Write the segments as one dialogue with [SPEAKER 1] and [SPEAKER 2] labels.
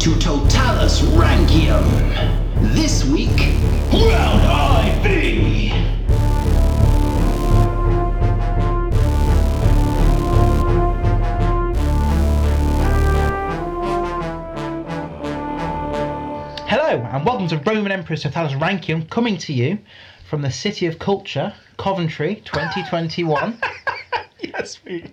[SPEAKER 1] to Totalis Rankium. This week, Round IV!
[SPEAKER 2] Hello, and welcome to Roman Empress of Thalas Rankium, coming to you from the City of Culture, Coventry 2021.
[SPEAKER 3] Yes, we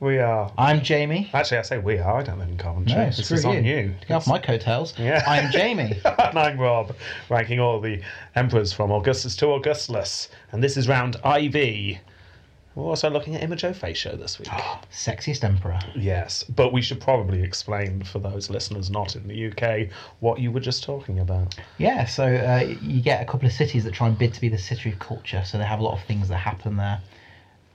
[SPEAKER 3] we are.
[SPEAKER 2] I'm Jamie.
[SPEAKER 3] Actually, I say we are. I don't live in Coventry. this
[SPEAKER 2] screw
[SPEAKER 3] is on you.
[SPEAKER 2] Get off my coattails.
[SPEAKER 3] Yeah.
[SPEAKER 2] I'm Jamie.
[SPEAKER 3] and I'm Rob, ranking all the emperors from Augustus to Augustulus, and this is round IV. We're also looking at Imago Facio this week.
[SPEAKER 2] Ah. Sexiest emperor.
[SPEAKER 3] yes, but we should probably explain for those listeners not in the UK what you were just talking about.
[SPEAKER 2] Yeah, so uh, you get a couple of cities that try and bid to be the City of Culture, so they have a lot of things that happen there,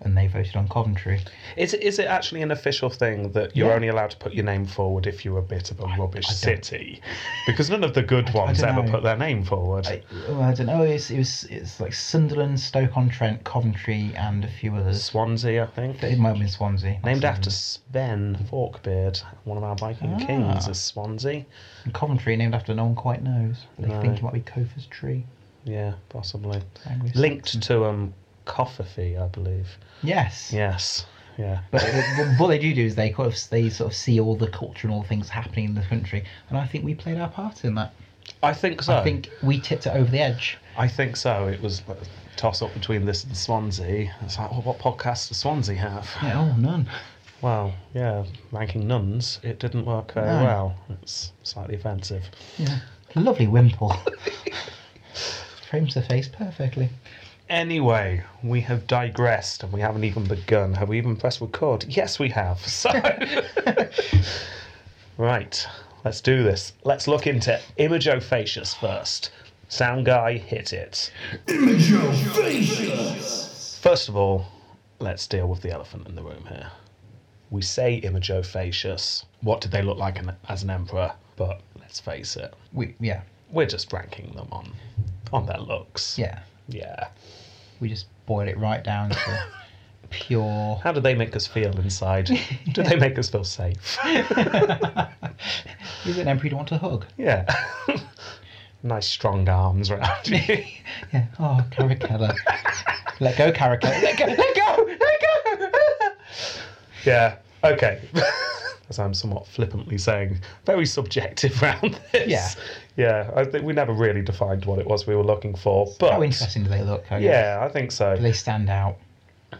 [SPEAKER 2] and they voted on Coventry.
[SPEAKER 3] Is it, is it actually an official thing that you're
[SPEAKER 2] Yeah.
[SPEAKER 3] only allowed to put your name forward if you're a bit of a rubbish
[SPEAKER 2] I don't-
[SPEAKER 3] city? Because none of the good ones
[SPEAKER 2] don't
[SPEAKER 3] ever
[SPEAKER 2] know.
[SPEAKER 3] put their name forward.
[SPEAKER 2] Oh, I don't know, it's, it was, it's like Sunderland, Stoke-on-Trent, Coventry, and a few others.
[SPEAKER 3] Swansea, I think.
[SPEAKER 2] It might have been Swansea. not
[SPEAKER 3] Named
[SPEAKER 2] Sunderland.
[SPEAKER 3] after Sven Forkbeard, one of our Viking
[SPEAKER 2] Hmm. Ah.
[SPEAKER 3] kings of Swansea.
[SPEAKER 2] And Coventry, named after no one quite knows. They
[SPEAKER 3] No.
[SPEAKER 2] think it might be Kofa's tree.
[SPEAKER 3] Yeah, possibly.
[SPEAKER 2] Anglo-Saxon.
[SPEAKER 3] Linked to um, Cofferfee, I believe.
[SPEAKER 2] Yes.
[SPEAKER 3] Yes, yeah.
[SPEAKER 2] But th- what they do do is they kind of they sort of see all the culture and all the things happening in the country, and I think we played our part in that.
[SPEAKER 3] I think so.
[SPEAKER 2] I think we tipped it over the edge.
[SPEAKER 3] I think so. It was a toss up between this and Swansea. It's like, oh, what podcast does Swansea have?
[SPEAKER 2] Yeah, oh, none.
[SPEAKER 3] Well, yeah, ranking nuns, it didn't work very
[SPEAKER 2] No.
[SPEAKER 3] well. It's slightly offensive.
[SPEAKER 2] Yeah. Lovely wimple. Frames the face perfectly.
[SPEAKER 3] Anyway, we have digressed and we haven't even begun. Have we even pressed record? Yes, we have. So, right, let's do this. Let's look into Imago Facius first. Sound guy, hit it. First of all, let's deal with the elephant in the room here. We say Imago Facius. What did they look like in, as an emperor? But let's face it,
[SPEAKER 2] We yeah
[SPEAKER 3] we're just ranking them on on their looks.
[SPEAKER 2] yeah
[SPEAKER 3] Yeah.
[SPEAKER 2] we just boil it right down to pure.
[SPEAKER 3] How do they make us feel inside? Do they make us feel safe?
[SPEAKER 2] Is it an emperor you don't want to hug?
[SPEAKER 3] Yeah. nice strong arms around you.
[SPEAKER 2] Yeah. Oh, Caracalla. let go, Caracalla. Let go. Let go. Let go.
[SPEAKER 3] Yeah. Okay. As I'm somewhat flippantly saying, very subjective round this.
[SPEAKER 2] Yeah.
[SPEAKER 3] Yeah. I think we never really defined what it was we were looking for, but
[SPEAKER 2] How interesting do they look? I guess?
[SPEAKER 3] yeah, I think
[SPEAKER 2] Do
[SPEAKER 3] so.
[SPEAKER 2] they stand out?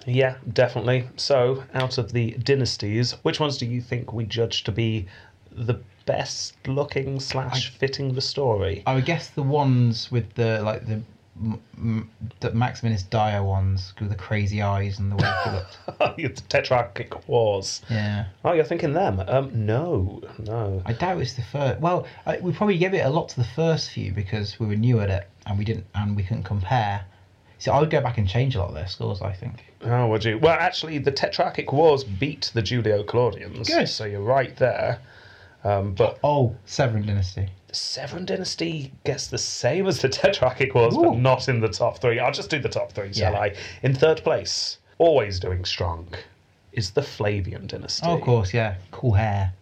[SPEAKER 3] Yeah, definitely. So, out of the dynasties, which ones do you think we judge to be the best looking slash fitting the story?
[SPEAKER 2] I would guess the ones with the like the, m- m- the Maximinus Dio ones with the crazy eyes and the way they looked.
[SPEAKER 3] it's Tetrarchic Wars.
[SPEAKER 2] Yeah,
[SPEAKER 3] Oh, you're thinking them? Um, no, no.
[SPEAKER 2] I doubt it's the first. Well, I, we probably gave it a lot to the first few because we were new at it and we didn't and we couldn't compare. So I would go back and change a lot of their scores. I think.
[SPEAKER 3] Oh, would you? Well, actually, the Tetrarchic Wars beat the Julio-Claudians.
[SPEAKER 2] Good.
[SPEAKER 3] So you're right there. Um, but
[SPEAKER 2] Oh, Severan Dynasty.
[SPEAKER 3] the Severan Dynasty gets the same as the Tetrarchic Wars,
[SPEAKER 2] Ooh.
[SPEAKER 3] but not in the top three. I'll just do the top three, shall
[SPEAKER 2] Yeah.
[SPEAKER 3] I? In third place, always doing strong, is the Flavian Dynasty.
[SPEAKER 2] Oh, of course, yeah. Cool hair.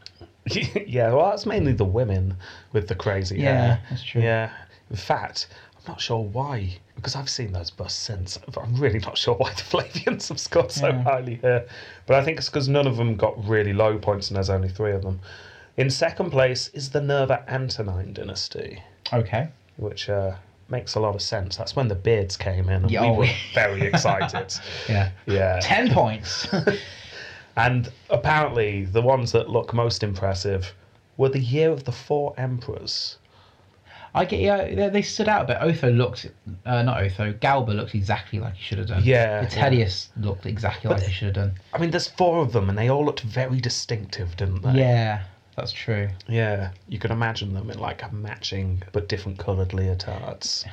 [SPEAKER 3] yeah, well, that's mainly the women with the crazy
[SPEAKER 2] Yeah,
[SPEAKER 3] hair.
[SPEAKER 2] that's true.
[SPEAKER 3] Yeah. In fact, I'm not sure why, because I've seen those busts since. I'm really not sure why the Flavians have scored so
[SPEAKER 2] Yeah.
[SPEAKER 3] highly here. But I think it's because none of them got really low points and there's only three of them. In second place is the Nerva Antonine dynasty,
[SPEAKER 2] Okay.
[SPEAKER 3] which uh, makes a lot of sense. That's when the beards came in and
[SPEAKER 2] Yeah, oh.
[SPEAKER 3] we were very excited.
[SPEAKER 2] Yeah.
[SPEAKER 3] yeah.
[SPEAKER 2] Ten points.
[SPEAKER 3] And apparently, the ones that look most impressive were the year of the four emperors.
[SPEAKER 2] I get yeah, they- they stood out a bit. Otho looked, uh, not Otho, Galba looked exactly like he should have done.
[SPEAKER 3] Yeah,
[SPEAKER 2] Vitellius looked exactly like he should have done.
[SPEAKER 3] I mean, there's four of them, and they all looked very distinctive, didn't they?
[SPEAKER 2] Yeah, that's true.
[SPEAKER 3] Yeah. You could imagine them in like matching but different coloured leotards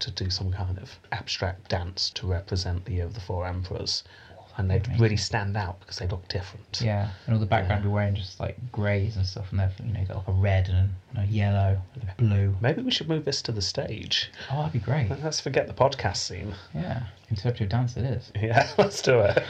[SPEAKER 3] to do some kind of abstract dance to represent the year of the four emperors. And they'd
[SPEAKER 2] amazing.
[SPEAKER 3] really stand out because they look different.
[SPEAKER 2] Yeah, and all the background were wearing just like greys and stuff, and they've you know got like a red and a yellow, and a blue.
[SPEAKER 3] Maybe we should move this to the stage.
[SPEAKER 2] Oh, that'd be great.
[SPEAKER 3] Let's forget the podcast scene.
[SPEAKER 2] Yeah, interpretive dance it is.
[SPEAKER 3] Yeah, let's do it.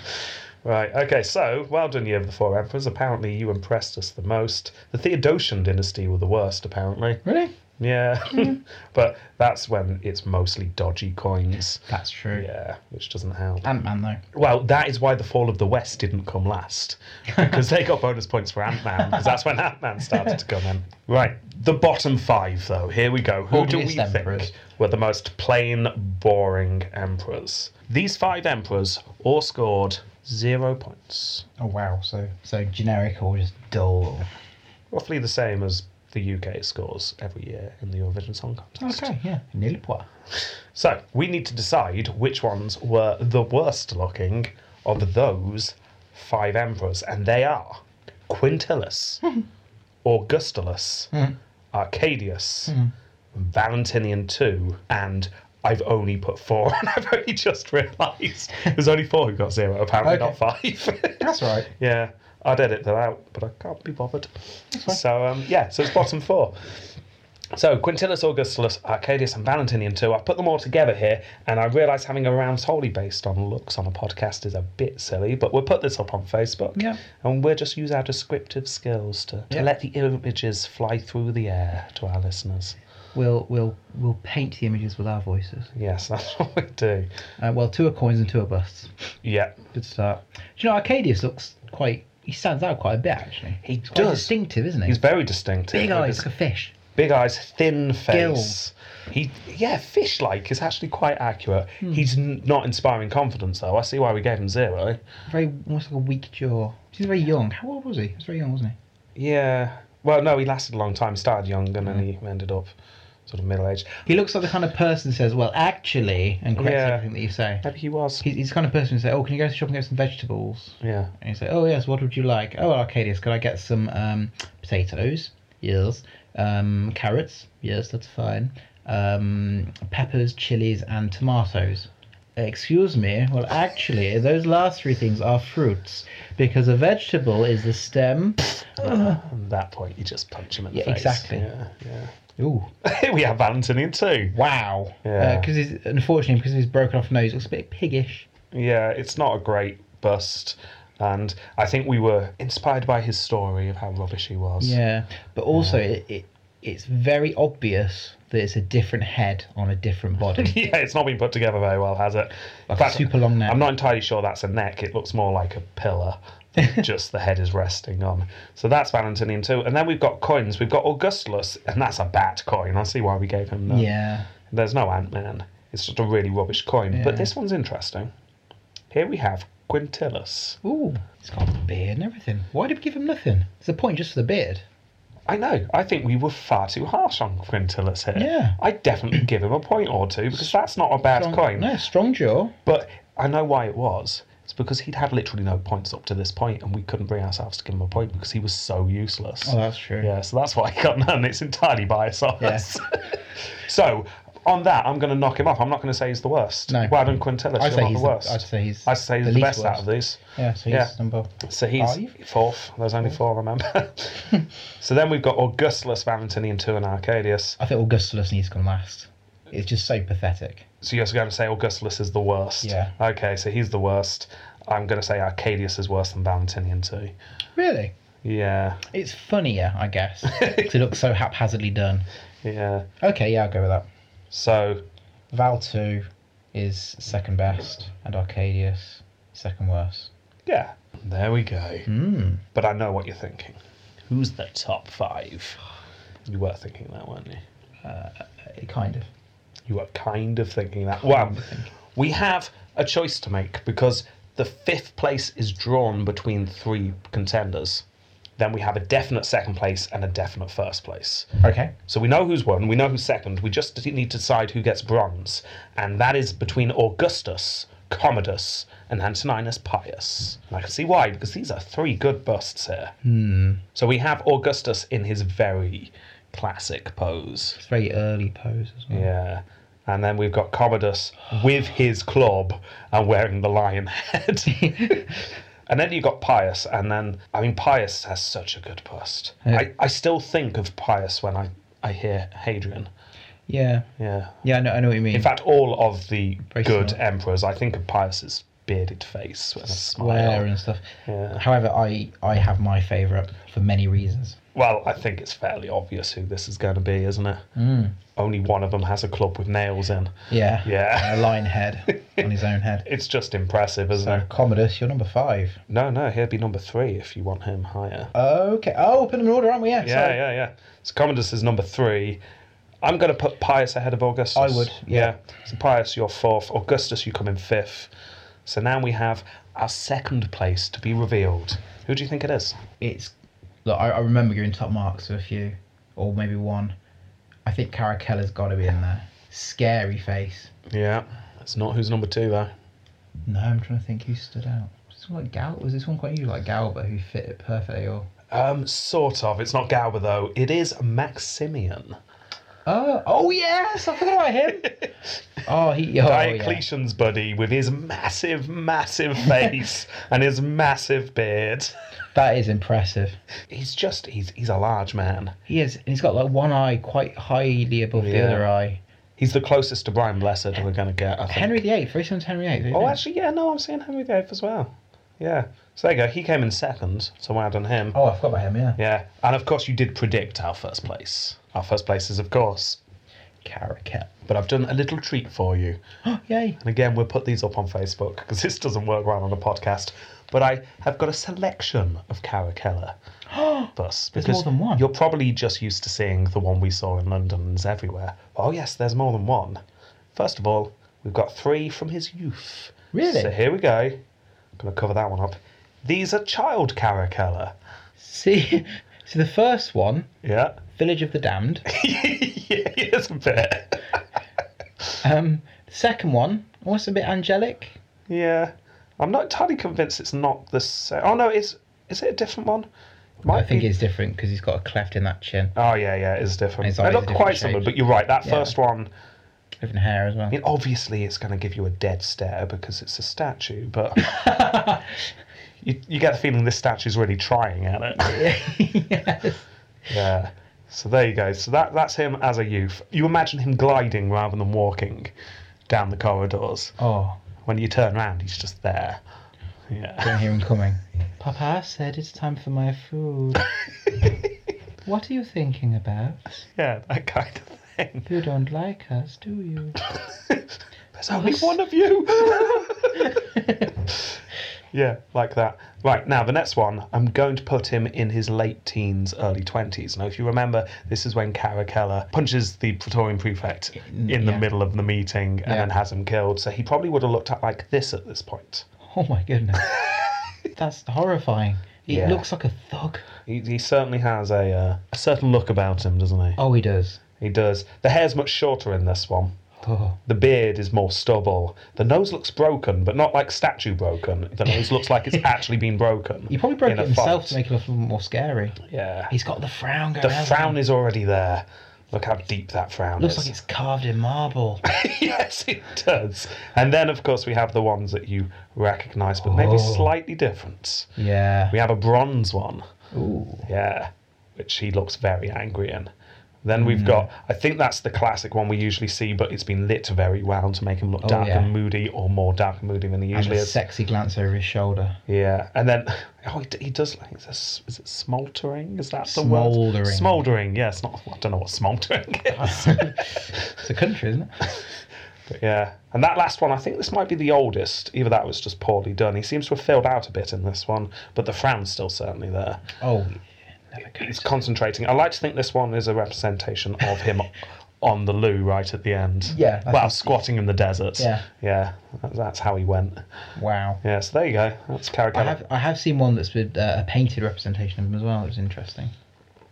[SPEAKER 3] Right, okay, so well done, Year of the Four Emperors. Apparently, you impressed us the most. The Theodosian dynasty were the worst, apparently.
[SPEAKER 2] Really?
[SPEAKER 3] Yeah, but that's when it's mostly dodgy coins.
[SPEAKER 2] That's true.
[SPEAKER 3] Yeah, which doesn't help.
[SPEAKER 2] Ant Man though.
[SPEAKER 3] Well, that is why the Fall of the West didn't come last, because they got bonus points for Ant Man, because that's when Ant Man started to come in. Right, the bottom five, though. Here we go. Who do we
[SPEAKER 2] Ugliest emperors.
[SPEAKER 3] think were the most plain, boring emperors? These five emperors all scored zero points,
[SPEAKER 2] Oh wow. So so generic or just dull.
[SPEAKER 3] roughly the same as the UK scores every year in the Eurovision Song Contest.
[SPEAKER 2] Okay. Yeah. Nil pois.
[SPEAKER 3] So we need to decide which ones were the worst looking of those five emperors, and they are Quintilis, Augustulus, Arcadius, Valentinian II, and I've only put four, and I've only just realised there's only four who got zero. Apparently,
[SPEAKER 2] Okay.
[SPEAKER 3] not five.
[SPEAKER 2] That's all right.
[SPEAKER 3] Yeah, I'd edit that out, but I can't be bothered. So um, yeah, so it's bottom four. So Quintilis Augustulus, Arcadius, and Valentinian too. I put them all together here, and I realise having a round solely based on looks on a podcast is a bit silly. But we'll put this up on Facebook,
[SPEAKER 2] Yeah.
[SPEAKER 3] and we'll just use our descriptive skills to, to
[SPEAKER 2] Yeah.
[SPEAKER 3] let the images fly through the air to our listeners.
[SPEAKER 2] We'll we'll we'll paint the images with our voices.
[SPEAKER 3] Yes, that's what we do.
[SPEAKER 2] Uh, well, two are coins and two are busts.
[SPEAKER 3] Yeah,
[SPEAKER 2] Good start. Do you know Arcadius looks quite? He stands out quite a bit actually.
[SPEAKER 3] He
[SPEAKER 2] He's quite
[SPEAKER 3] does.
[SPEAKER 2] distinctive, isn't he?
[SPEAKER 3] he's very distinctive.
[SPEAKER 2] Big
[SPEAKER 3] with
[SPEAKER 2] eyes,
[SPEAKER 3] his
[SPEAKER 2] like a fish.
[SPEAKER 3] Big eyes, thin face. He, yeah, fish-like is actually quite accurate. He's n- not inspiring confidence though. I see why we gave him zero.
[SPEAKER 2] Very almost like a weak jaw. He's very young. How old was he? He was very young, wasn't he?
[SPEAKER 3] Yeah. Well, no, he lasted a long time. He started young and then he ended up sort of middle-aged.
[SPEAKER 2] He looks like the kind of person who says, "Well, actually," and corrects
[SPEAKER 3] Yeah.
[SPEAKER 2] everything that you say.
[SPEAKER 3] Maybe he was.
[SPEAKER 2] He's, he's the kind of person who says, "Oh, can you go to the shop and get some vegetables?"
[SPEAKER 3] Yeah.
[SPEAKER 2] And you say, "Oh yes, what would you like?" "Oh, Arcadius, could I get some um, potatoes?" "Yes." Um, "Carrots?" "Yes, that's fine." Um, "Peppers, chilies, and tomatoes." Excuse me. Well, actually, those last three things are fruits because a vegetable is the stem.
[SPEAKER 3] At that point, you just punch him in the
[SPEAKER 2] Yeah,
[SPEAKER 3] face.
[SPEAKER 2] exactly.
[SPEAKER 3] Yeah. Yeah.
[SPEAKER 2] Ooh,
[SPEAKER 3] Here we have Valentinian too.
[SPEAKER 2] wow.
[SPEAKER 3] Yeah.
[SPEAKER 2] Because he's unfortunately because he's broken off nose, looks a bit piggish.
[SPEAKER 3] Yeah, it's not a great bust. And I think we were inspired by his story of how rubbish he was.
[SPEAKER 2] Yeah, but also It, it it's very obvious that it's a different head on a different body.
[SPEAKER 3] yeah, it's not been put together very well, has it? In
[SPEAKER 2] Like a super long neck.
[SPEAKER 3] I'm not entirely sure that's a neck. It looks more like a pillar. than just the head is resting on. So that's Valentinian too. And then we've got coins. We've got Augustulus, and that's a bat coin. I see why we gave him that.
[SPEAKER 2] yeah,
[SPEAKER 3] There's no Ant Man. It's just a really rubbish coin. But
[SPEAKER 2] Yeah.
[SPEAKER 3] this one's interesting. Here we have Quintilis.
[SPEAKER 2] ooh, it's got a beard and everything. Why did we give him nothing? It's a point just for the beard.
[SPEAKER 3] I know. I think we were far too harsh on Quintilis here.
[SPEAKER 2] Yeah.
[SPEAKER 3] I'd definitely give him a point or two because that's not a bad
[SPEAKER 2] Strong,
[SPEAKER 3] coin.
[SPEAKER 2] No, strong jaw.
[SPEAKER 3] But I know why it was. It's because he'd had literally no points up to this point, and we couldn't bring ourselves to give him a point because he was so useless.
[SPEAKER 2] Oh, that's true.
[SPEAKER 3] yeah, so that's why he got none. It's entirely biased on
[SPEAKER 2] Yeah.
[SPEAKER 3] us. so, on that, I'm going to knock him off. I'm not going to say he's the worst.
[SPEAKER 2] No.
[SPEAKER 3] Well done, Quintilis.
[SPEAKER 2] I'd
[SPEAKER 3] You're
[SPEAKER 2] say
[SPEAKER 3] not
[SPEAKER 2] he's
[SPEAKER 3] the
[SPEAKER 2] the-
[SPEAKER 3] worst.
[SPEAKER 2] I'd say he's
[SPEAKER 3] I'd say he's
[SPEAKER 2] the
[SPEAKER 3] the,
[SPEAKER 2] least
[SPEAKER 3] best out of these.
[SPEAKER 2] Yeah, so he's
[SPEAKER 3] Yeah.
[SPEAKER 2] number.
[SPEAKER 3] So he's
[SPEAKER 2] Are you?
[SPEAKER 3] fourth. There's only four, remember? so then we've got Augustulus, Valentinian II, and Arcadius.
[SPEAKER 2] I think Augustulus needs to come last. It's just so pathetic.
[SPEAKER 3] So you're going to say Augustulus is the worst.
[SPEAKER 2] Yeah.
[SPEAKER 3] Okay, so he's the worst. I'm going to say Arcadius is worse than Valentinian too.
[SPEAKER 2] Really,
[SPEAKER 3] Yeah.
[SPEAKER 2] it's funnier, I guess, because it looks so haphazardly done.
[SPEAKER 3] Yeah.
[SPEAKER 2] Okay, yeah, I'll go with that.
[SPEAKER 3] So
[SPEAKER 2] Val two is second best, and Arcadius second worst.
[SPEAKER 3] yeah. There we go.
[SPEAKER 2] Hmm.
[SPEAKER 3] But I know what you're thinking. Who's the top five? You were thinking that, weren't you?
[SPEAKER 2] Kind of.
[SPEAKER 3] You were kind of thinking that. Well, we have a choice to make because the fifth place is drawn between three contenders. Then we have a definite second place and a definite first place.
[SPEAKER 2] Okay.
[SPEAKER 3] So we know who's won, we know who's second, we just need to decide who gets bronze. And that is between Augustus, Commodus, and Antoninus Pius. And I can see why, because these are three good busts here. So we have Augustus in his very classic pose.
[SPEAKER 2] It's very early pose as well.
[SPEAKER 3] Yeah. And then we've got Commodus with his club and wearing the lion head. and then you've got Pius, and then, I mean, Pius has such a good bust.
[SPEAKER 2] Yeah.
[SPEAKER 3] I, I still think of Pius when I, I hear Hadrian.
[SPEAKER 2] Yeah.
[SPEAKER 3] Yeah.
[SPEAKER 2] Yeah, I know, I know what you mean.
[SPEAKER 3] In fact, all of the
[SPEAKER 2] Very
[SPEAKER 3] good
[SPEAKER 2] similar.
[SPEAKER 3] emperors, I think of Pius as bearded face and a
[SPEAKER 2] swear
[SPEAKER 3] smile.
[SPEAKER 2] and stuff.
[SPEAKER 3] Yeah.
[SPEAKER 2] However, I I have my favourite for many reasons.
[SPEAKER 3] Well, I think it's fairly obvious who this is going to be, isn't it?
[SPEAKER 2] Hmm.
[SPEAKER 3] Only one of them has a club with nails in.
[SPEAKER 2] Yeah.
[SPEAKER 3] Yeah.
[SPEAKER 2] A lion head on his own head.
[SPEAKER 3] It's just impressive, isn't
[SPEAKER 2] So
[SPEAKER 3] it?
[SPEAKER 2] Commodus, you're number five.
[SPEAKER 3] No, no, he'll be number three if you want him higher.
[SPEAKER 2] Okay. Oh, we're putting them in order, aren't we? Yeah.
[SPEAKER 3] yeah,
[SPEAKER 2] sorry.
[SPEAKER 3] yeah, yeah. So Commodus is number three. I'm going to put Pius ahead of Augustus.
[SPEAKER 2] I would, yeah.
[SPEAKER 3] So Pius, you're fourth. Augustus, you come in fifth. So now we have our second place to be revealed. Who do you think it is?
[SPEAKER 2] It's look. I, I remember giving top marks to a few, or maybe one. I think Caracella's got to be in there. Scary face.
[SPEAKER 3] Yeah. It's not who's number two, though.
[SPEAKER 2] No, I'm trying to think who stood out. Was this one like Gal? Was this one quite you like Galba who fit it perfectly? Or
[SPEAKER 3] Um, sort of. It's not Galba, though. It is Maximian.
[SPEAKER 2] oh, oh yes, I forgot about him. oh, he. Oh, yeah.
[SPEAKER 3] Diocletian's buddy with his massive, massive face and his massive beard.
[SPEAKER 2] That is impressive.
[SPEAKER 3] He's just, he's, he's a large man.
[SPEAKER 2] He is, and he's got like one eye quite highly above the
[SPEAKER 3] Yeah.
[SPEAKER 2] other eye.
[SPEAKER 3] He's the closest to Brian Blessed we're going to get, I think.
[SPEAKER 2] Henry VIII, very similar to Henry VIII.
[SPEAKER 3] Oh, actually, yeah, no, I'm seeing Henry VIII as well. Yeah. So there you go. He came in second, so well done him.
[SPEAKER 2] Oh, I forgot about him. Yeah.
[SPEAKER 3] Yeah. And of course, you did predict our first place. Our first place is, of course.
[SPEAKER 2] Caracat.
[SPEAKER 3] But I've done a little treat for you.
[SPEAKER 2] Oh, yay.
[SPEAKER 3] And again, we'll put these up on Facebook because this doesn't work right on a podcast. But I have got a selection of Caracalla. Thus,
[SPEAKER 2] There's
[SPEAKER 3] because
[SPEAKER 2] more than one.
[SPEAKER 3] You're probably just used to seeing the one we saw in London and is everywhere. Oh, yes, there's more than one. First of all, we've got three from his youth.
[SPEAKER 2] Really?
[SPEAKER 3] So here we go. I'm going to cover that one up. These are child Caracalla.
[SPEAKER 2] See, see the first one,
[SPEAKER 3] Yeah.
[SPEAKER 2] Village of the Damned.
[SPEAKER 3] yeah, he is a bit.
[SPEAKER 2] Um, the second one, almost a bit angelic.
[SPEAKER 3] Yeah. I'm not entirely convinced it's not the same. Oh, no, is, is it a different one?
[SPEAKER 2] I
[SPEAKER 3] Might
[SPEAKER 2] think
[SPEAKER 3] be-
[SPEAKER 2] it's different because he's got a cleft in that chin,
[SPEAKER 3] Oh yeah, yeah, it's different.
[SPEAKER 2] His
[SPEAKER 3] They're
[SPEAKER 2] eyes
[SPEAKER 3] not
[SPEAKER 2] are different
[SPEAKER 3] quite similar,
[SPEAKER 2] shapes.
[SPEAKER 3] but you're right. That
[SPEAKER 2] Yeah.
[SPEAKER 3] first one,
[SPEAKER 2] different hair as well.
[SPEAKER 3] I mean, obviously it's going to give you a dead stare because it's a statue, but you, you get the feeling this statue's really trying at it.
[SPEAKER 2] yes.
[SPEAKER 3] yeah. So there you go. So that that's him as a youth. You imagine him gliding rather than walking down the corridors.
[SPEAKER 2] Oh,
[SPEAKER 3] When you turn around, he's just there. Yeah.
[SPEAKER 2] don't hear him coming. Papa said it's time for my food. what are you thinking about?
[SPEAKER 3] Yeah, that kind of thing.
[SPEAKER 2] You don't like us, do you?
[SPEAKER 3] There's only one of you. yeah, like that. Right, now the next one, I'm going to put him in his late teens, early 20s. Now, if you remember, this is when Caracalla punches the Praetorian prefect in the
[SPEAKER 2] yeah.
[SPEAKER 3] middle of the meeting and
[SPEAKER 2] Yeah.
[SPEAKER 3] then has him killed. So he probably would have looked at like this at this point.
[SPEAKER 2] Oh my goodness. That's horrifying. He
[SPEAKER 3] Yeah.
[SPEAKER 2] looks like a thug.
[SPEAKER 3] He, he certainly has a, uh, a certain look about him, doesn't he?
[SPEAKER 2] Oh, he does.
[SPEAKER 3] He does. The hair's much shorter in this one.
[SPEAKER 2] Oh.
[SPEAKER 3] The beard is more stubble. The nose looks broken, but not like statue broken. The nose looks like it's actually been broken.
[SPEAKER 2] He probably broke
[SPEAKER 3] in
[SPEAKER 2] it
[SPEAKER 3] a
[SPEAKER 2] himself
[SPEAKER 3] fight.
[SPEAKER 2] to make it look a little more scary.
[SPEAKER 3] Yeah.
[SPEAKER 2] He's got the frown going.
[SPEAKER 3] The
[SPEAKER 2] hasn't
[SPEAKER 3] frown
[SPEAKER 2] he?
[SPEAKER 3] is already there. Look how deep that frown
[SPEAKER 2] looks
[SPEAKER 3] is.
[SPEAKER 2] like it's carved in marble.
[SPEAKER 3] yes, it does. And then, of course, we have the ones that you recognise, but maybe
[SPEAKER 2] Oh.
[SPEAKER 3] slightly different.
[SPEAKER 2] yeah.
[SPEAKER 3] We have a bronze one,
[SPEAKER 2] Ooh.
[SPEAKER 3] yeah, which he looks very angry in. Then
[SPEAKER 2] Hmm.
[SPEAKER 3] we've got, I think that's the classic one we usually see, but it's been lit very well to make him look dark
[SPEAKER 2] Oh, yeah.
[SPEAKER 3] and moody, or more dark and moody than he
[SPEAKER 2] And
[SPEAKER 3] usually
[SPEAKER 2] a
[SPEAKER 3] is.
[SPEAKER 2] sexy glance over his shoulder.
[SPEAKER 3] Yeah, and then oh, he, d- he does like is, this, is it smoldering? Is that the
[SPEAKER 2] Smouldering.
[SPEAKER 3] word? Smoldering. Yeah, it's not. I don't know what smoldering is.
[SPEAKER 2] It's a country, isn't it?
[SPEAKER 3] But yeah, and that last one, I think this might be the oldest. Either that was just poorly done. He seems to have filled out a bit in this one, but the frown's still certainly there.
[SPEAKER 2] Oh, yeah, never
[SPEAKER 3] He's
[SPEAKER 2] goes.
[SPEAKER 3] concentrating. I like to think this one is a representation of him on the loo right at the end.
[SPEAKER 2] Yeah, I
[SPEAKER 3] Well,
[SPEAKER 2] think-
[SPEAKER 3] squatting in the desert.
[SPEAKER 2] Yeah.
[SPEAKER 3] Yeah, that- that's how he went.
[SPEAKER 2] Wow.
[SPEAKER 3] Yeah, so there you go. That's
[SPEAKER 2] I
[SPEAKER 3] Caracalla.
[SPEAKER 2] have I have seen one that's with uh, a painted representation of him as well. It was interesting.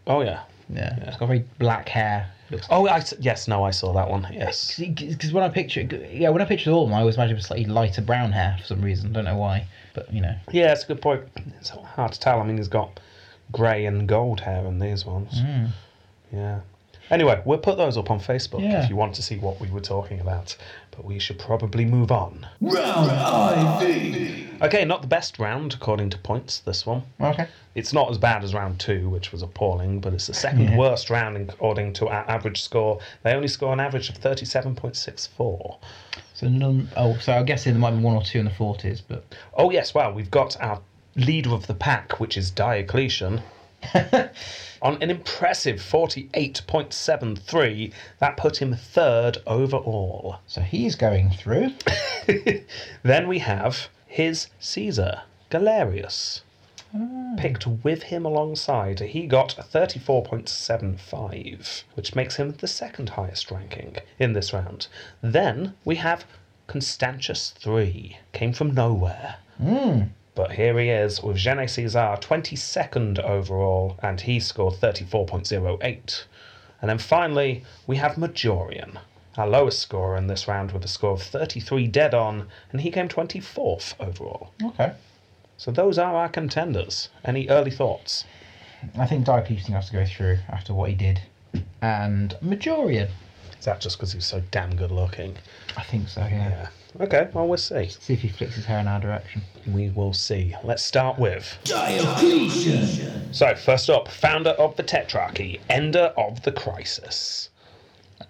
[SPEAKER 3] Oh, yeah.
[SPEAKER 2] Yeah. It's got very black hair. Looks
[SPEAKER 3] Oh, I s yes, no, I saw that one. Yes.
[SPEAKER 2] because when I picture, yeah, when I picture all of them, I always imagine it was slightly lighter brown hair for some reason. Don't know why, but you know,
[SPEAKER 3] Yeah, it's a good point. It's hard to tell. I mean, he's got grey and gold hair in these ones.
[SPEAKER 2] Mm.
[SPEAKER 3] Yeah. Anyway, we'll put those up on Facebook
[SPEAKER 2] Yeah.
[SPEAKER 3] if you want to see what we were talking about. But we should probably move on.
[SPEAKER 1] Round IV.
[SPEAKER 3] Okay, not the best round according to points, this one.
[SPEAKER 2] Okay.
[SPEAKER 3] It's not as bad as round two, which was appalling, but it's the second
[SPEAKER 2] Yeah.
[SPEAKER 3] worst round according to our average score. They only score an average of 37.64.
[SPEAKER 2] So none. Oh, so I'm guessing there might be one or two in the forties, but
[SPEAKER 3] Oh, yes, well, we've got our leader of the pack, which is Diocletian, on an impressive 48.73. That put him third overall.
[SPEAKER 2] so he's going through.
[SPEAKER 3] Then we have his Caesar, Galerius, picked with him alongside. He got 34.75, which makes him the second highest ranking in this round. Then we have Constantius III, came from nowhere. But here he is with Genet Caesar, 22nd overall, and he scored 34.08. And then finally, we have Majorian, our lowest scorer in this round with a score of 33 dead on, and he came 24th overall.
[SPEAKER 2] Okay.
[SPEAKER 3] So those are our contenders. Any early thoughts?
[SPEAKER 2] I think Diocletian has to go through after what he did, and Majorian.
[SPEAKER 3] Is that just because he's so damn good looking?
[SPEAKER 2] I think so. Yeah.
[SPEAKER 3] Yeah. Okay, well, we'll see.
[SPEAKER 2] See if he flicks his hair in our direction.
[SPEAKER 3] We will see. Let's start with.
[SPEAKER 1] Diocletian.
[SPEAKER 3] So, first up, founder of the Tetrarchy, ender of the crisis.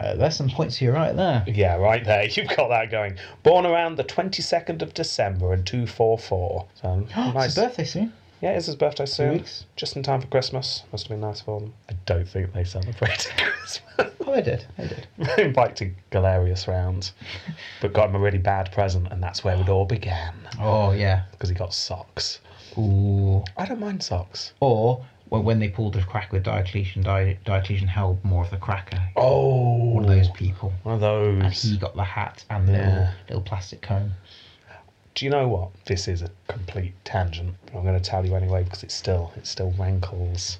[SPEAKER 2] Uh, there's some points here right there.
[SPEAKER 3] Yeah, right there. You've got that going. Born around the 22nd of December in 244. So, nice.
[SPEAKER 2] It's his birthday soon.
[SPEAKER 3] Yeah, it's his birthday soon.
[SPEAKER 2] weeks.
[SPEAKER 3] Just in time for Christmas. Must have been nice for them. I don't think they celebrated Christmas.
[SPEAKER 2] Oh, I did. I did.
[SPEAKER 3] they invited Galerius round, but got him a really bad present, and that's where it all began.
[SPEAKER 2] Oh yeah.
[SPEAKER 3] Because he got socks.
[SPEAKER 2] Ooh.
[SPEAKER 3] I don't mind socks.
[SPEAKER 2] Or well, when they pulled the crack with Diocletian, Di- Diocletian held more of the cracker.
[SPEAKER 3] Oh,
[SPEAKER 2] All of those people.
[SPEAKER 3] One of
[SPEAKER 2] And
[SPEAKER 3] those.
[SPEAKER 2] he got the hat and the little,
[SPEAKER 3] Yeah.
[SPEAKER 2] little plastic cone.
[SPEAKER 3] Do you know what? This is a complete tangent, but I'm going to tell you anyway because it still it still rankles.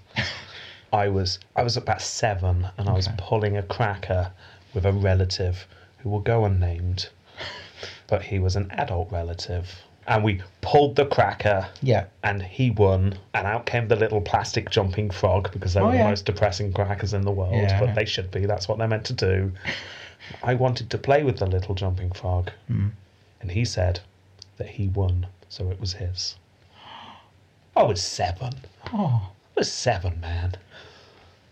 [SPEAKER 3] I was I was about seven and I was
[SPEAKER 2] Okay.
[SPEAKER 3] pulling a cracker with a relative who will go unnamed, but he was an adult relative, and we pulled the cracker.
[SPEAKER 2] Yeah.
[SPEAKER 3] And he won, and out came the little plastic jumping frog because they
[SPEAKER 2] Oh,
[SPEAKER 3] were
[SPEAKER 2] yeah.
[SPEAKER 3] the most depressing crackers in the world,
[SPEAKER 2] Yeah, I
[SPEAKER 3] but
[SPEAKER 2] know.
[SPEAKER 3] they should be. That's what they're meant to do. I wanted to play with the little jumping frog,
[SPEAKER 2] Hmm.
[SPEAKER 3] and he said that he won, so it was his. I was seven.
[SPEAKER 2] Oh,
[SPEAKER 3] I was seven, man.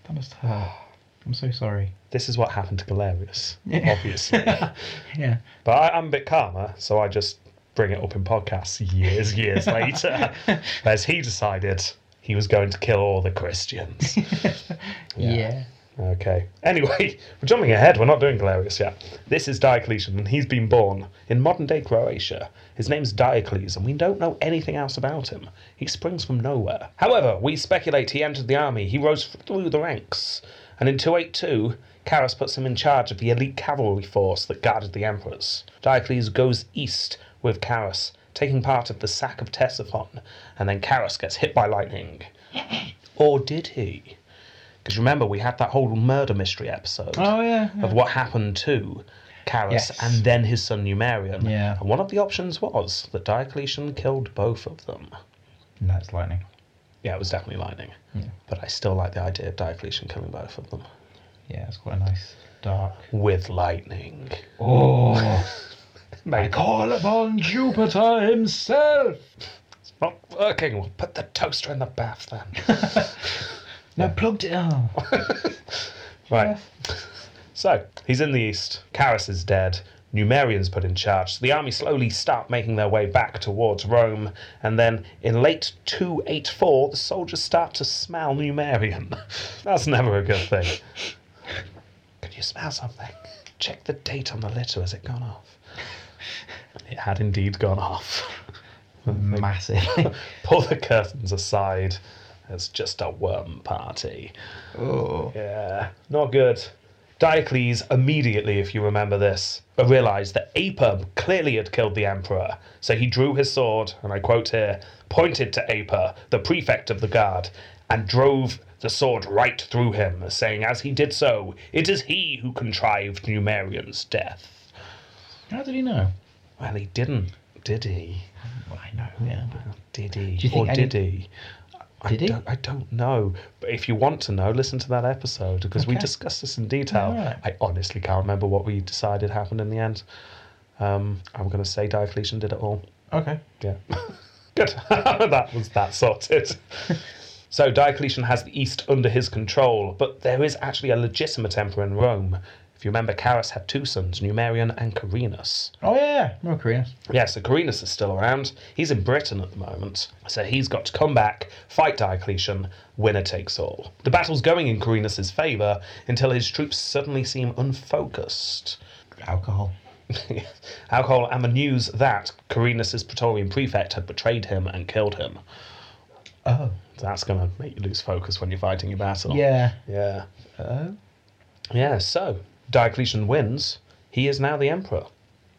[SPEAKER 2] that must hurt. I'm so sorry.
[SPEAKER 3] This is what happened to Galerius,
[SPEAKER 2] Yeah.
[SPEAKER 3] obviously.
[SPEAKER 2] Yeah.
[SPEAKER 3] but I, I'm a bit calmer, so I just bring it up in podcasts years, years later, as he decided he was going to kill all the Christians.
[SPEAKER 2] Yeah.
[SPEAKER 3] Okay. Anyway, we're jumping ahead. We're not doing Galerius yet. This is Diocletian, and he's been born in modern day Croatia. His name's Diocles, and we don't know anything else about him. He springs from nowhere. However, we speculate he entered the army, he rose through the ranks, and in 282, Carus puts him in charge of the elite cavalry force that guarded the emperors. Diocles goes east with Carus, taking part of the sack of Ctesiphon, and then Carus gets hit by lightning. or did he? Because remember, we had that whole murder mystery episode
[SPEAKER 2] Oh, yeah.
[SPEAKER 3] of what happened to Carus
[SPEAKER 2] Yes.
[SPEAKER 3] and then his son Numerian.
[SPEAKER 2] Yeah.
[SPEAKER 3] And one of the options was that Diocletian killed both of them.
[SPEAKER 2] No, it's lightning.
[SPEAKER 3] Yeah, it was definitely lightning.
[SPEAKER 2] Yeah.
[SPEAKER 3] But I still like the idea of Diocletian killing both of them
[SPEAKER 2] Yeah, it's quite a nice dark.
[SPEAKER 3] with lightning.
[SPEAKER 2] Oh,
[SPEAKER 3] Mate,
[SPEAKER 2] call upon Jupiter himself.
[SPEAKER 3] it's not working. We'll put the toaster in the bath then.
[SPEAKER 2] No, plugged it. Oh.
[SPEAKER 3] right. So he's in the east. Carus is dead. Numerians put in charge. So the army slowly start making their way back towards Rome, and then in late 284, the soldiers start to smell Numerian. That's never a good thing. Can you smell something? Check the date on the litter. Has it gone off? It had indeed gone off.
[SPEAKER 2] Massive.
[SPEAKER 3] Pull the curtains aside. It's just a worm party.
[SPEAKER 2] oh.
[SPEAKER 3] Yeah, Uh, not good. Diocles immediately, if you remember this, realized that Aper clearly had killed the emperor. So he drew his sword, and I quote here, pointed to Aper, the prefect of the guard, and drove the sword right through him, saying as he did so, it is he who contrived Numerian's death.
[SPEAKER 2] How did he know?
[SPEAKER 3] Well, he didn't, did he?
[SPEAKER 2] Well, I know, yeah. but-
[SPEAKER 3] Did he?
[SPEAKER 2] you think
[SPEAKER 3] or
[SPEAKER 2] any-
[SPEAKER 3] did he? I
[SPEAKER 2] Did he?
[SPEAKER 3] Don't, I don't know. But if you want to know, listen to that episode because we
[SPEAKER 2] Okay.
[SPEAKER 3] discussed this in detail.
[SPEAKER 2] Alright.
[SPEAKER 3] I honestly can't remember what we decided happened in the end. Um, I'm going to say Diocletian did it all.
[SPEAKER 2] Okay.
[SPEAKER 3] Yeah. Good. that was that sorted. so Diocletian has the East under his control, but there is actually a legitimate emperor in Rome. If you remember, Carus had two sons, Numerian and Carinus.
[SPEAKER 2] Oh yeah, yeah. Remember Carinus?
[SPEAKER 3] Yeah, so Carinus is still around. He's in Britain at the moment. So he's got to come back, fight Diocletian, winner takes all. The battle's going in Carinus' favour until his troops suddenly seem unfocused.
[SPEAKER 2] Alcohol.
[SPEAKER 3] Alcohol and the news that Carinus' Praetorian prefect had betrayed him and killed him.
[SPEAKER 2] Oh.
[SPEAKER 3] So that's going to make you lose focus when you're fighting your battle.
[SPEAKER 2] Yeah.
[SPEAKER 3] Yeah.
[SPEAKER 2] Oh.
[SPEAKER 3] Yeah, so Diocletian wins. He is now the emperor,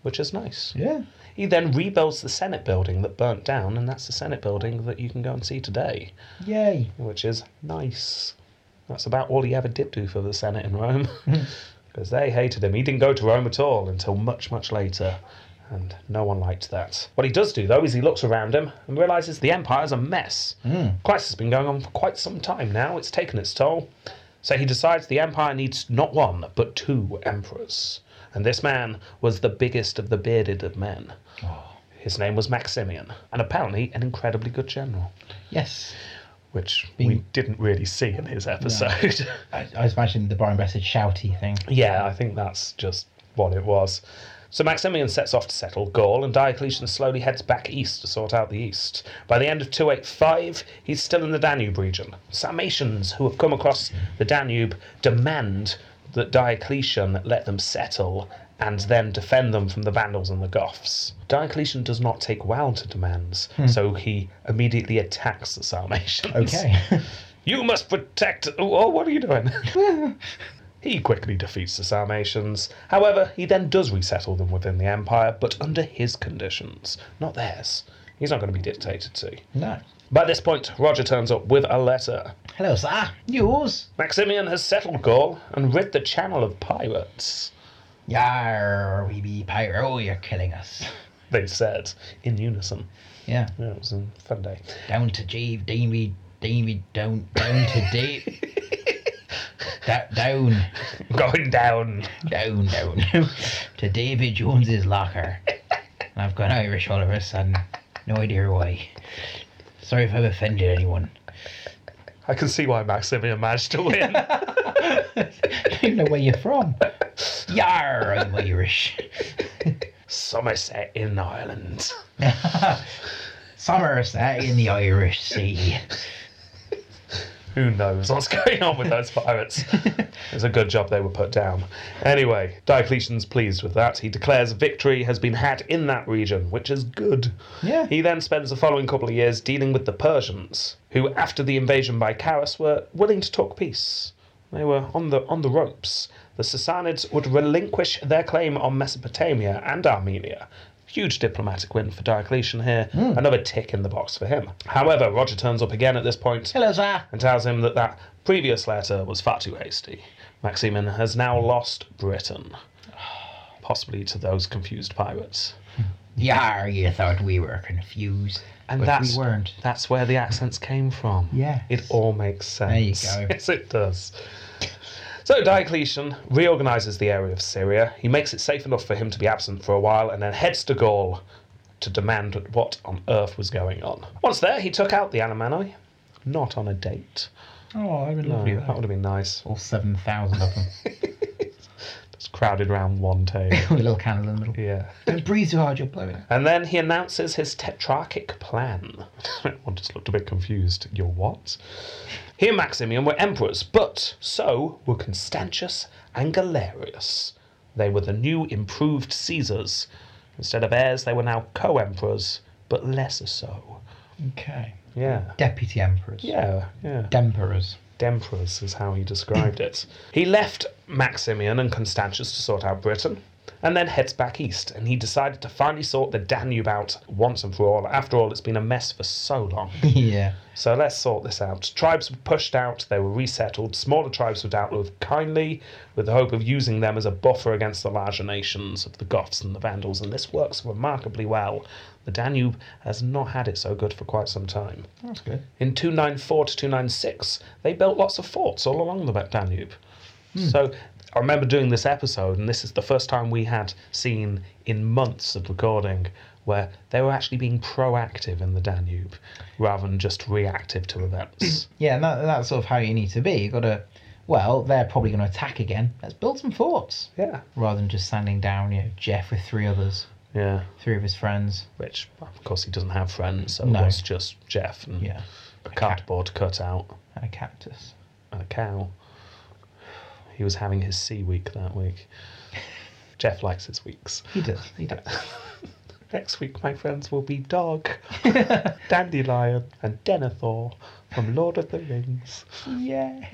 [SPEAKER 3] which is nice.
[SPEAKER 2] Yeah.
[SPEAKER 3] He then rebuilds the Senate building that burnt down, and that's the Senate building that you can go and see today,
[SPEAKER 2] Yay.
[SPEAKER 3] which is nice. That's about all he ever did do for the Senate in Rome, because they hated him. He didn't go to Rome at all until much, much later, and no one liked that. What he does do, though, is he looks around him and realizes the empire's a mess. Crisis has been going on for quite some time now, it's taken its toll. So he decides the empire needs not one, but two emperors. And this man was the biggest of the bearded of men. His name was Maximian, and apparently an incredibly good general,
[SPEAKER 2] Yes.
[SPEAKER 3] which we
[SPEAKER 2] Being-
[SPEAKER 3] didn't really see in his episode.
[SPEAKER 2] I, I was imagining the Byron Bested shouty thing.
[SPEAKER 3] yeah, I think that's just what it was. So Maximian sets off to settle Gaul, and Diocletian slowly heads back east to sort out the east. By the end of 285, he's still in the Danube region. Sarmatians who have come across the Danube demand that Diocletian let them settle and then defend them from the Vandals and the Goths. Diocletian does not take well to demands, so he immediately attacks the Sarmatians.
[SPEAKER 2] Okay.
[SPEAKER 3] You must protect. Oh, what are you doing? he quickly defeats the Sarmatians. However, he then does resettle them within the empire, but under his conditions, not theirs. He's not going to be dictated to.
[SPEAKER 2] no.
[SPEAKER 3] By this point, Roger turns up with a letter.
[SPEAKER 2] Hello, sir. News.
[SPEAKER 3] Maximian has settled Gaul and rid the channel of pirates,
[SPEAKER 2] Yar, we be pyro. You're killing us.
[SPEAKER 3] they said in unison.
[SPEAKER 2] Yeah.
[SPEAKER 3] Yeah, it was a fun day.
[SPEAKER 2] Down to Jeeve, Davy, Davy, down, down to Dave. Da- down,
[SPEAKER 3] Going down.
[SPEAKER 2] down, down to David Jones's locker. And I've gone Irish all of a sudden. No idea why. Sorry if I've offended anyone.
[SPEAKER 3] I can see why Maximian managed to win.
[SPEAKER 2] I don't even know where you're from. Yar, I'm Irish.
[SPEAKER 3] Somerset in Ireland.
[SPEAKER 2] Somerset in the Irish Sea.
[SPEAKER 3] Who knows what's going on with those pirates? it's a good job they were put down. Anyway, Diocletian's pleased with that. He declares victory has been had in that region, which is good.
[SPEAKER 2] Yeah.
[SPEAKER 3] He then spends the following couple of years dealing with the Persians, who, after the invasion by Carus, were willing to talk peace. They were on the on the ropes. The Sassanids would relinquish their claim on Mesopotamia and Armenia. Huge diplomatic win for Diocletian here.
[SPEAKER 2] Hmm.
[SPEAKER 3] Another tick in the box for him. However, Roger turns up again at this point
[SPEAKER 2] Hello, sir.
[SPEAKER 3] and tells him that that previous letter was far too hasty. Maximin has now lost Britain, possibly to those confused pirates.
[SPEAKER 2] Yar, you thought we were confused.
[SPEAKER 3] And
[SPEAKER 2] but
[SPEAKER 3] that's
[SPEAKER 2] we weren't.
[SPEAKER 3] that's where the accents came from.
[SPEAKER 2] Yes.
[SPEAKER 3] It all makes
[SPEAKER 2] you
[SPEAKER 3] sense.
[SPEAKER 2] go.
[SPEAKER 3] Yes, it does. So Diocletian reorganizes the area of Syria. He makes it safe enough for him to be absent for a while and then heads to Gaul to demand what on earth was going on. Once there, he took out the Alemanni, not on a date.
[SPEAKER 2] Oh, I would love
[SPEAKER 3] Oh, that would have been nice.
[SPEAKER 2] All 7,000 of them.
[SPEAKER 3] It's crowded round one table.
[SPEAKER 2] With a little candle in the middle.
[SPEAKER 3] yeah.
[SPEAKER 2] Don't breathe too hard, you'll blow it out.
[SPEAKER 3] And then he announces his tetrarchic plan. Everyone just looked a bit confused. You're what? He and Maximian were emperors, but so were Constantius and Galerius. They were the new improved Caesars. Instead of heirs, they were now co emperors, but lesser so.
[SPEAKER 2] Okay.
[SPEAKER 3] Yeah.
[SPEAKER 2] Deputy emperors.
[SPEAKER 3] Yeah, yeah.
[SPEAKER 2] Demperors.
[SPEAKER 3] Demperors is how he described it. He left Maximian and Constantius to sort out Britain, and then heads back east. And he decided to finally sort the Danube out once and for all. After all, it's been a mess for so long.
[SPEAKER 2] yeah.
[SPEAKER 3] So let's sort this out. Tribes were pushed out, they were resettled. Smaller tribes were dealt with kindly, with the hope of using them as a buffer against the larger nations of the Goths and the Vandals. And this works remarkably well. The Danube has not had it so good for quite some time.
[SPEAKER 2] That's good.
[SPEAKER 3] In 294 to 296, they built lots of forts all along the Danube.
[SPEAKER 2] Hmm.
[SPEAKER 3] So I remember doing this episode, and this is the first time we had seen in months of recording where they were actually being proactive in the Danube rather than just reactive to events.
[SPEAKER 2] Yeah, and that, that's sort of how you need to be. You've got to, well, they're probably going to attack again. Let's build some forts
[SPEAKER 3] yeah.
[SPEAKER 2] rather than just standing down, you know, Jeff with three others,
[SPEAKER 3] Yeah.
[SPEAKER 2] three of his friends.
[SPEAKER 3] Which, of course, he doesn't have friends, so
[SPEAKER 2] No.
[SPEAKER 3] it was just Jeff and
[SPEAKER 2] Yeah,
[SPEAKER 3] a cardboard cutout
[SPEAKER 2] and a cactus.
[SPEAKER 3] and a cow. He was having his sea week that week. Jeff likes his weeks.
[SPEAKER 2] He does, he does.
[SPEAKER 3] Next week, my friends will be Dog, Dandelion, and Denethor from Lord of the Rings.
[SPEAKER 2] yeah.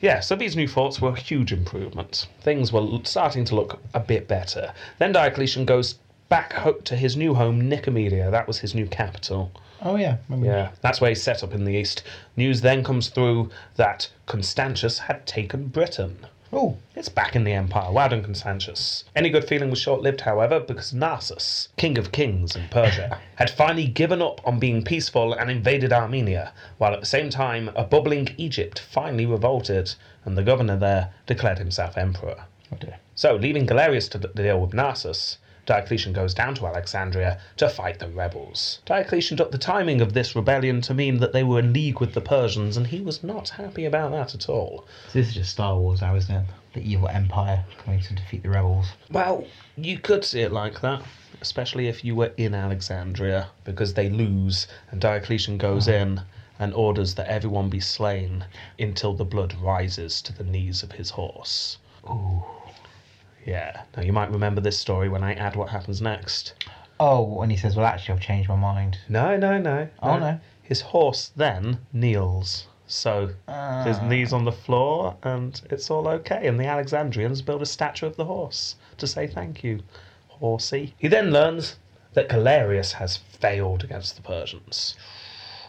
[SPEAKER 3] Yeah, so these new forts were huge improvements. Things were l- starting to look a bit better. Then Diocletian goes back ho- to his new home, Nicomedia. That was his new capital.
[SPEAKER 2] Oh, yeah. remember.
[SPEAKER 3] Yeah, that's where he's set up in the east. News then comes through that Constantius had taken Britain.
[SPEAKER 2] Oh,
[SPEAKER 3] It's back in the empire. Well done, Constantius. Any good feeling was short lived, however, because Narses, king of kings in Persia, had finally given up on being peaceful and invaded Armenia, while at the same time, a bubbling Egypt finally revolted and the governor there declared himself emperor.
[SPEAKER 2] oh dear.
[SPEAKER 3] So, leaving Galerius to d- deal with Narses, Diocletian goes down to Alexandria to fight the rebels. Diocletian took the timing of this rebellion to mean that they were in league with the Persians, and he was not happy about that at all.
[SPEAKER 2] So this is just Star Wars now, isn't it? The evil empire coming to defeat the rebels.
[SPEAKER 3] Well, you could see it like that, especially if you were in Alexandria, because they lose, and Diocletian goes in and orders that everyone be slain until the blood rises to the knees of his horse. Ooh. Yeah. Now, you might remember this story when I add what happens next.
[SPEAKER 2] Oh, and he says, well, actually, I've changed my mind.
[SPEAKER 3] No, no, no.
[SPEAKER 2] Oh, no.
[SPEAKER 3] His horse then kneels. So his
[SPEAKER 2] Ah.
[SPEAKER 3] knees on the floor, and it's all okay. And the Alexandrians build a statue of the horse to say thank you, horsey. He then learns that Galerius has failed against the Persians.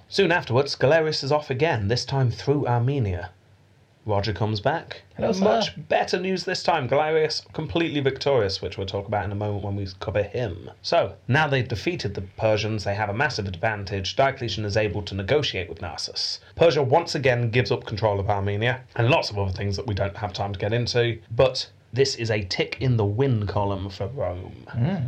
[SPEAKER 3] Soon afterwards, Galerius is off again, this time through Armenia. Roger comes back.
[SPEAKER 2] Hello, sir.
[SPEAKER 3] Much better news this time. Galerius completely victorious, which we'll talk about in a moment when we cover him. So, now they've defeated the Persians, they have a massive advantage. Diocletian is able to negotiate with Narses. Persia once again gives up control of Armenia, and lots of other things that we don't have time to get into, but this is a tick in the win column for Rome.
[SPEAKER 2] Mm. Hmm.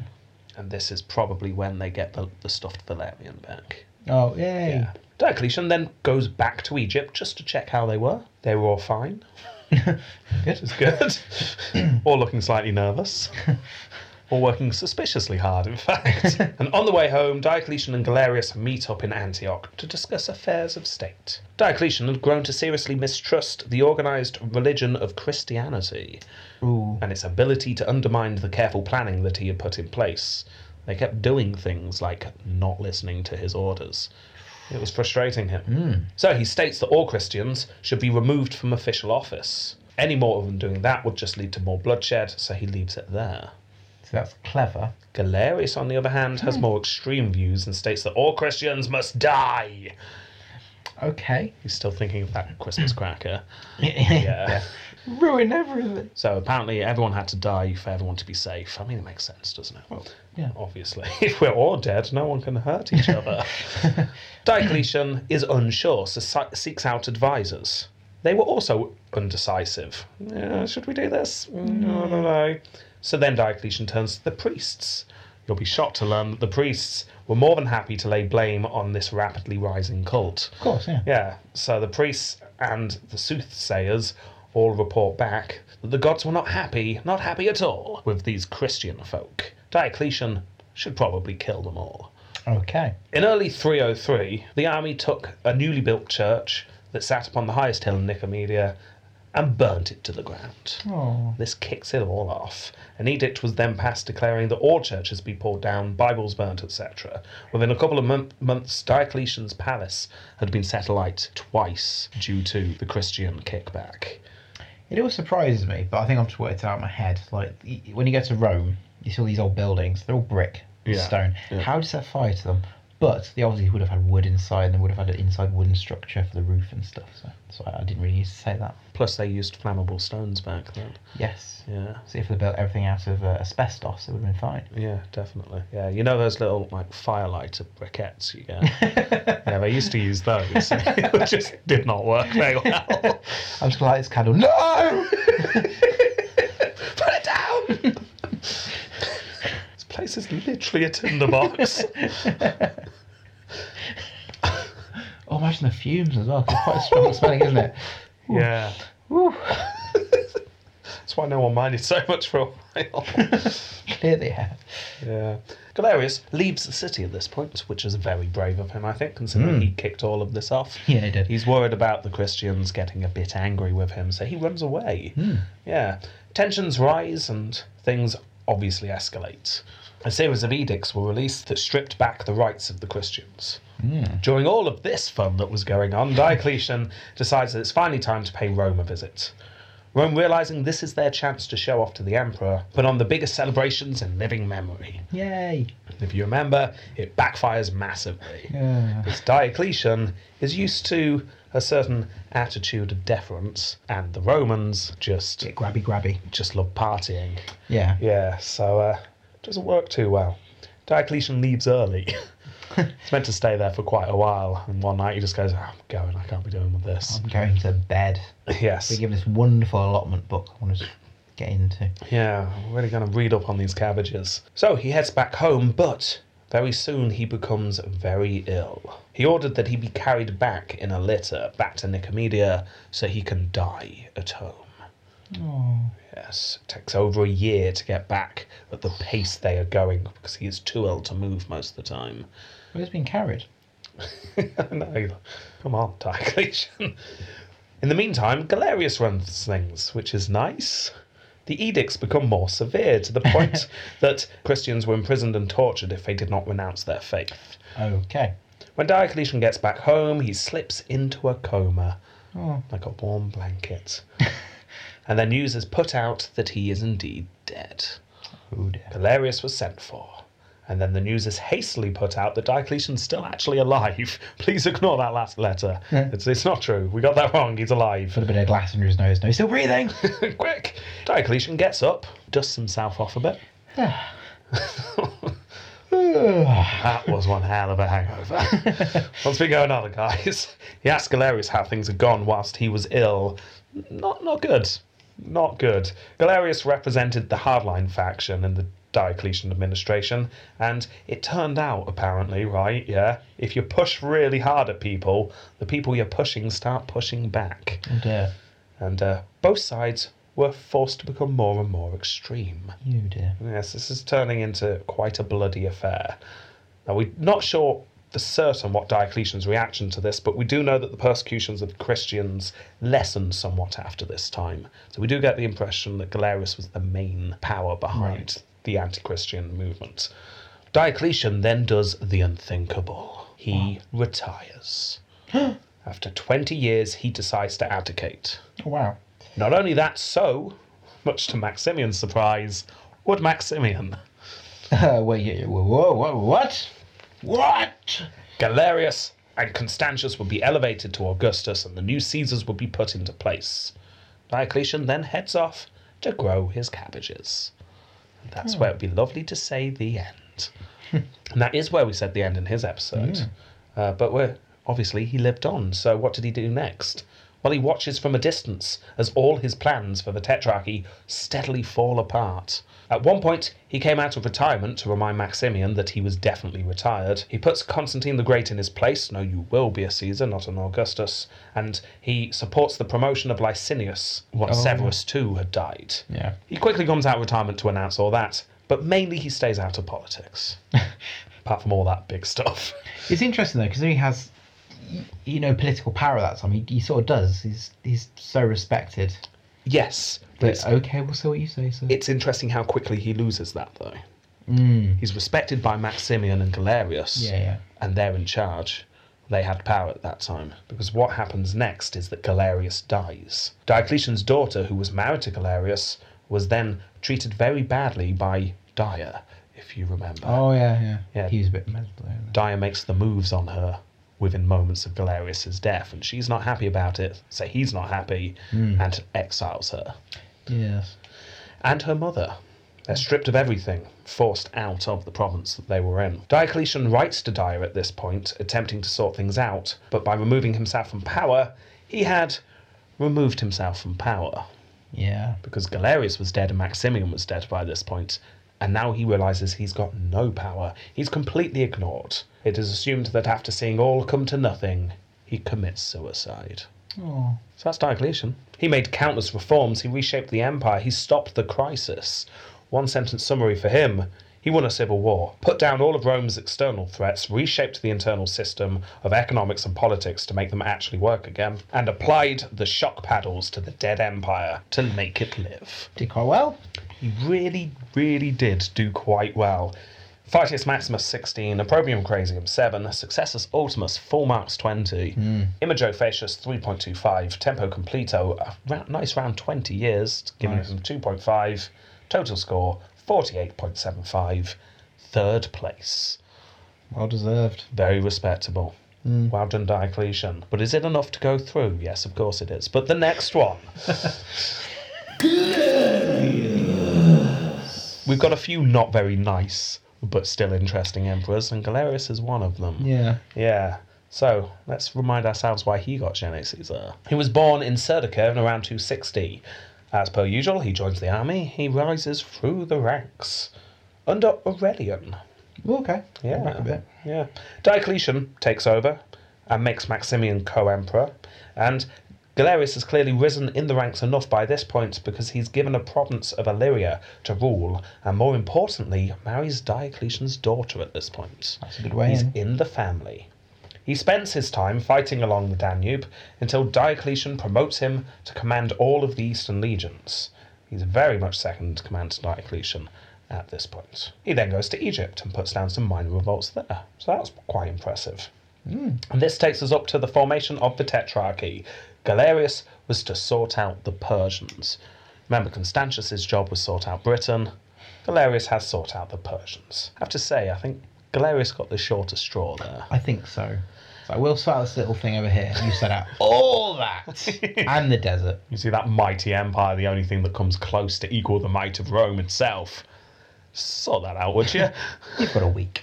[SPEAKER 3] And this is probably when they get the, the stuffed Valerian back.
[SPEAKER 2] Oh, yay.
[SPEAKER 3] Yeah. Diocletian then goes back to Egypt just to check how they were. They were all fine.
[SPEAKER 2] Good.
[SPEAKER 3] It's good. all looking slightly nervous. All working suspiciously hard, in fact. and on the way home, Diocletian and Galerius meet up in Antioch to discuss affairs of state. Diocletian had grown to seriously mistrust the organised religion of Christianity
[SPEAKER 2] Ooh.
[SPEAKER 3] and its ability to undermine the careful planning that he had put in place. They kept doing things like not listening to his orders. It was frustrating him. So he states that all Christians should be removed from official office. Any more of them doing that would just lead to more bloodshed, so he leaves it there.
[SPEAKER 2] So that's clever.
[SPEAKER 3] Galerius, on the other hand, has more extreme views and states that all Christians must die.
[SPEAKER 2] Okay.
[SPEAKER 3] He's still thinking of that Christmas cracker.
[SPEAKER 2] yeah. Ruin everything.
[SPEAKER 3] So apparently, everyone had to die for everyone to be safe. I mean, it makes sense, doesn't it?
[SPEAKER 2] Yeah.
[SPEAKER 3] Obviously, if we're all dead, no one can hurt each other. Diocletian is unsure, so si- seeks out advisors. They were also undecisive. Yeah, should we do this? Mm, I don't know. So then Diocletian turns to the priests. You'll be shocked to learn that the priests were more than happy to lay blame on this rapidly rising cult.
[SPEAKER 2] Of course, yeah.
[SPEAKER 3] Yeah, so the priests and the soothsayers all report back that the gods were not happy, not happy at all, with these Christian folk. Diocletian should probably kill them all.
[SPEAKER 2] Okay.
[SPEAKER 3] In early 303, the army took a newly built church that sat upon the highest hill in Nicomedia and burnt it to the ground.
[SPEAKER 2] Oh.
[SPEAKER 3] This kicks it all off. An edict was then passed declaring that all churches be pulled down, Bibles burnt, etc. Within a couple of mon- months, Diocletian's palace had been set alight twice due to the Christian kickback.
[SPEAKER 2] It always surprises me, but I think I've just worked it out in my head. Like, y- when you go to Rome, you see all these old buildings, they're all brick, and
[SPEAKER 3] Yeah,
[SPEAKER 2] stone.
[SPEAKER 3] yeah.
[SPEAKER 2] How does that fire to them? But they obviously would have had wood inside, and they would have had an inside wooden structure for the roof and stuff. So, so I, I didn't really need to say that.
[SPEAKER 3] Plus, they used flammable stones back then.
[SPEAKER 2] Yes.
[SPEAKER 3] Yeah.
[SPEAKER 2] So if they built everything out of uh, asbestos, it would have been fine.
[SPEAKER 3] Yeah, definitely. Yeah, you know those little like firelighter briquettes you get. yeah, they used to use those. it just did not work very well.
[SPEAKER 2] I'm just gonna light this candle. No!
[SPEAKER 3] Put it down. it's place is literally a tinderbox.
[SPEAKER 2] Oh, imagine the fumes as well. 'cause It's quite strong smelling, isn't it?
[SPEAKER 3] yeah. That's why no one minded so much for a while.
[SPEAKER 2] Clear the air.
[SPEAKER 3] yeah. Galerius leaves the city at this point, which is very brave of him, I think, considering he kicked all of this off.
[SPEAKER 2] Yeah, he did.
[SPEAKER 3] He's worried about the Christians getting a bit angry with him, so he runs away. Yeah. Tensions rise and things obviously escalate. A series of edicts were released that stripped back the rights of the Christians. During all of this fun that was going on, Diocletian decides that it's finally time to pay Rome a visit. Rome realizing this is their chance to show off to the emperor, but on the biggest celebrations in living memory.
[SPEAKER 2] Yay.
[SPEAKER 3] If you remember, it backfires massively.
[SPEAKER 2] Yeah.
[SPEAKER 3] Because Diocletian is used to a certain attitude of deference, and the Romans just
[SPEAKER 2] Get grabby, grabby.
[SPEAKER 3] just love partying.
[SPEAKER 2] Yeah.
[SPEAKER 3] Yeah, so uh, doesn't work too well. Diocletian leaves early. It's meant to stay there for quite a while, and one night he just goes, "Ah, "I'm going. I can't be doing with this."
[SPEAKER 2] I'm going to bed.
[SPEAKER 3] Yes.
[SPEAKER 2] We're given this wonderful allotment book I want to get into.
[SPEAKER 3] Yeah, I'm really going to read up on these cabbages. So he heads back home, but very soon he becomes very ill. He ordered that he be carried back in a litter back to Nicomedia so he can die at home. Yes, it takes over a year to get back at the pace they are going because he is too ill to move most of the time.
[SPEAKER 2] But it's been carried.
[SPEAKER 3] no, come on, Diocletian. In the meantime, Galerius runs things, which is nice. The edicts become more severe to the point that Christians were imprisoned and tortured if they did not renounce their faith.
[SPEAKER 2] Okay.
[SPEAKER 3] When Diocletian gets back home, he slips into a coma,
[SPEAKER 2] Oh.
[SPEAKER 3] like a warm blanket. and the news is put out that he is indeed dead.
[SPEAKER 2] Oh dear.
[SPEAKER 3] Galerius was sent for. And then the news is hastily put out that Diocletian's still actually alive. Please ignore that last letter.
[SPEAKER 2] Yeah.
[SPEAKER 3] It's, it's not true. We got that wrong. He's alive.
[SPEAKER 2] Put a bit of glass under his nose. No, he's still breathing.
[SPEAKER 3] Quick! Diocletian gets up, dusts himself off a bit.
[SPEAKER 2] Oh,
[SPEAKER 3] That was one hell of a hangover. What's been going on, guys? He asked Galerius how things had gone whilst he was ill. Not, not good. Not good. Galerius represented the hardline faction in the Diocletian administration, and it turned out, apparently, right, yeah, if you push really hard at people, the people you're pushing start pushing back.
[SPEAKER 2] oh dear.
[SPEAKER 3] And uh, both sides were forced to become more and more extreme.
[SPEAKER 2] You dear.
[SPEAKER 3] Yes, this is turning into quite a bloody affair. Now, we're not sure for certain what Diocletian's reaction to this, but we do know that the persecutions of Christians lessened somewhat after this time. So we do get the impression that Galerius was the main power behind the anti Christian movement. Diocletian then does the unthinkable he retires. after 20 years, he decides to abdicate.
[SPEAKER 2] Oh wow.
[SPEAKER 3] Not only that, so, much to Maximian's surprise, would Maximian.
[SPEAKER 2] Uh, wait, yeah, yeah, whoa, whoa, whoa, what? What?
[SPEAKER 3] Galerius and Constantius would be elevated to Augustus, and the new Caesars would be put into place. Diocletian then heads off to grow his cabbages. And that's where it'd be lovely to say the end. and that is where we said the end in his episode. Uh, but we're, obviously, he lived on, so what did he do next? Well, he watches from a distance as all his plans for the Tetrarchy steadily fall apart. At one point, he came out of retirement to remind Maximian that he was definitely retired. He puts Constantine the Great in his place. No, you will be a Caesar, not an Augustus. And he supports the promotion of Licinius once
[SPEAKER 2] Oh.
[SPEAKER 3] Severus II had died.
[SPEAKER 2] Yeah.
[SPEAKER 3] He quickly comes out of retirement to announce all that, but mainly he stays out of politics. Apart from all that big stuff.
[SPEAKER 2] It's interesting though, because he has, y- you know, political power at that time. He, he sort of does. He's he's so respected.
[SPEAKER 3] Yes, but
[SPEAKER 2] But
[SPEAKER 3] it's,
[SPEAKER 2] okay, we'll see what you say, sir.
[SPEAKER 3] it's interesting how quickly he loses that, though. He's respected by Maximian and Galerius,
[SPEAKER 2] Hmm. Yeah, yeah.
[SPEAKER 3] and they're in charge. They had power at that time, because what happens next is that Galerius dies. Diocletian's daughter, who was married to Galerius, was then treated very badly by Dyer, if you remember.
[SPEAKER 2] Oh yeah, yeah.
[SPEAKER 3] Yeah.
[SPEAKER 2] He was a bit miserable. wasn't
[SPEAKER 3] Dyer makes the moves on her within moments of Galerius's death, and she's not happy about it, so he's not happy and exiles her.
[SPEAKER 2] he? Yes.
[SPEAKER 3] And her mother. They're stripped of everything, forced out of the province that they were in. Diocletian writes to Dyer at this point, attempting to sort things out, but by removing himself from power, he had removed himself from power
[SPEAKER 2] Yeah.
[SPEAKER 3] because Galerius was dead and Maximian was dead by this point, and now he realizes he's got no power. He's completely ignored. It is assumed that after seeing all come to nothing, he commits suicide.
[SPEAKER 2] Oh.
[SPEAKER 3] So that's Diocletian. He made countless reforms, he reshaped the empire, he stopped the crisis. One sentence summary for him he won a civil war, put down all of Rome's external threats, reshaped the internal system of economics and politics to make them actually work again, and applied the shock paddles to the dead empire to make it live.
[SPEAKER 2] Did quite well.
[SPEAKER 3] He really, really did do quite well. Fightius Maximus 16, Opprobrium Crasium 7, Successus Ultimus full marks 20, Imago Facius 3.25, Tempo Completo a ra- nice round 20 years, giving
[SPEAKER 2] Nice.
[SPEAKER 3] him 2.5, total score 48.75, third place.
[SPEAKER 2] Well deserved.
[SPEAKER 3] Very respectable. Well done, Diocletian. But is it enough to go through? Yes, of course it is. But the next one. We've got a few not very nice, but still interesting emperors, and Galerius is one of them.
[SPEAKER 2] Yeah.
[SPEAKER 3] Yeah. So let's remind ourselves why he got Gene Caesar. He was born in Serdica in around 260. As per usual, he joins the army. He rises through the ranks under Aurelian,
[SPEAKER 2] Okay.
[SPEAKER 3] yeah.
[SPEAKER 2] Back a bit.
[SPEAKER 3] Yeah. Diocletian takes over and makes Maximian co emperor. And Galerius has clearly risen in the ranks enough by this point because he's given a province of Illyria to rule, and more importantly, marries Diocletian's daughter at this point.
[SPEAKER 2] That's a good way
[SPEAKER 3] He's
[SPEAKER 2] in.
[SPEAKER 3] in the family. He spends his time fighting along the Danube until Diocletian promotes him to command all of the Eastern legions. He's very much second command to Diocletian at this point. He then goes to Egypt and puts down some minor revolts there. So that's quite impressive. And this takes us up to the formation of the Tetrarchy. Galerius was to sort out the Persians. Remember, Constantius's job was sort out Britain. Galerius has sort out the Persians. I have to say, I think Galerius got the shorter straw there.
[SPEAKER 2] I think so. So we'll start this little thing over here. You set out all that and the desert.
[SPEAKER 3] You see, that mighty empire, the only thing that comes close to equal the might of Rome itself. Sort that out, would you?
[SPEAKER 2] You've got a week.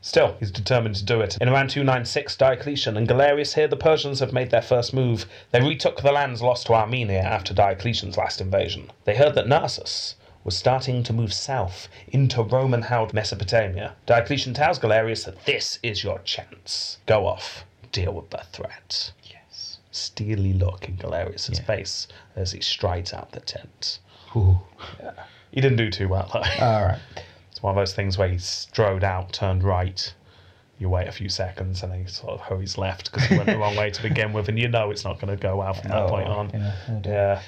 [SPEAKER 3] Still, he's determined to do it. In around 296, Diocletian and Galerius here, the Persians have made their first move. They retook the lands lost to Armenia after Diocletian's last invasion. They heard that Narses was starting to move south into Roman held Mesopotamia. Diocletian tells Galerius that this is your chance. Go off, deal with the threat.
[SPEAKER 2] Yes.
[SPEAKER 3] Steely look in Galerius's
[SPEAKER 2] Yeah.
[SPEAKER 3] face as he strides out the tent.
[SPEAKER 2] Ooh.
[SPEAKER 3] He didn't do too well, though.
[SPEAKER 2] All right.
[SPEAKER 3] It's one of those things where he strode out, turned right. You wait a few seconds and then he sort of hurries left because he went the wrong way to begin with, and you know it's not going to go well from that
[SPEAKER 2] Oh,
[SPEAKER 3] point on.
[SPEAKER 2] yeah, oh dear.
[SPEAKER 3] Yeah.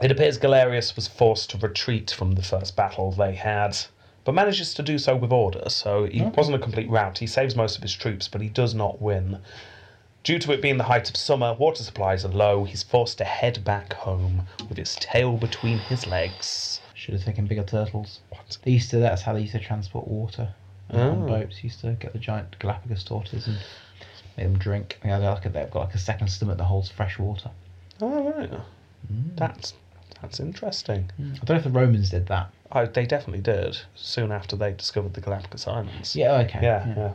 [SPEAKER 3] It appears Galerius was forced to retreat from the first battle they had, but manages to do so with order, so he wasn't a complete rout. He saves most of his troops, but he does not win. Due to it being the height of summer, water supplies are low. He's forced to head back home with his tail between his legs.
[SPEAKER 2] Should have taken bigger turtles.
[SPEAKER 3] What?
[SPEAKER 2] They used to. That's how they used to transport water on
[SPEAKER 3] Oh.
[SPEAKER 2] boats. Used to get the giant Galapagos tortoises and make them drink. Yeah, they're like, they've got like a second stomach that holds fresh water.
[SPEAKER 3] All Oh, right.
[SPEAKER 2] Mm.
[SPEAKER 3] That's that's interesting.
[SPEAKER 2] I don't know if the Romans did that.
[SPEAKER 3] Oh, they definitely did soon after they discovered the Galapagos Islands.
[SPEAKER 2] Yeah. Okay.
[SPEAKER 3] Yeah, yeah.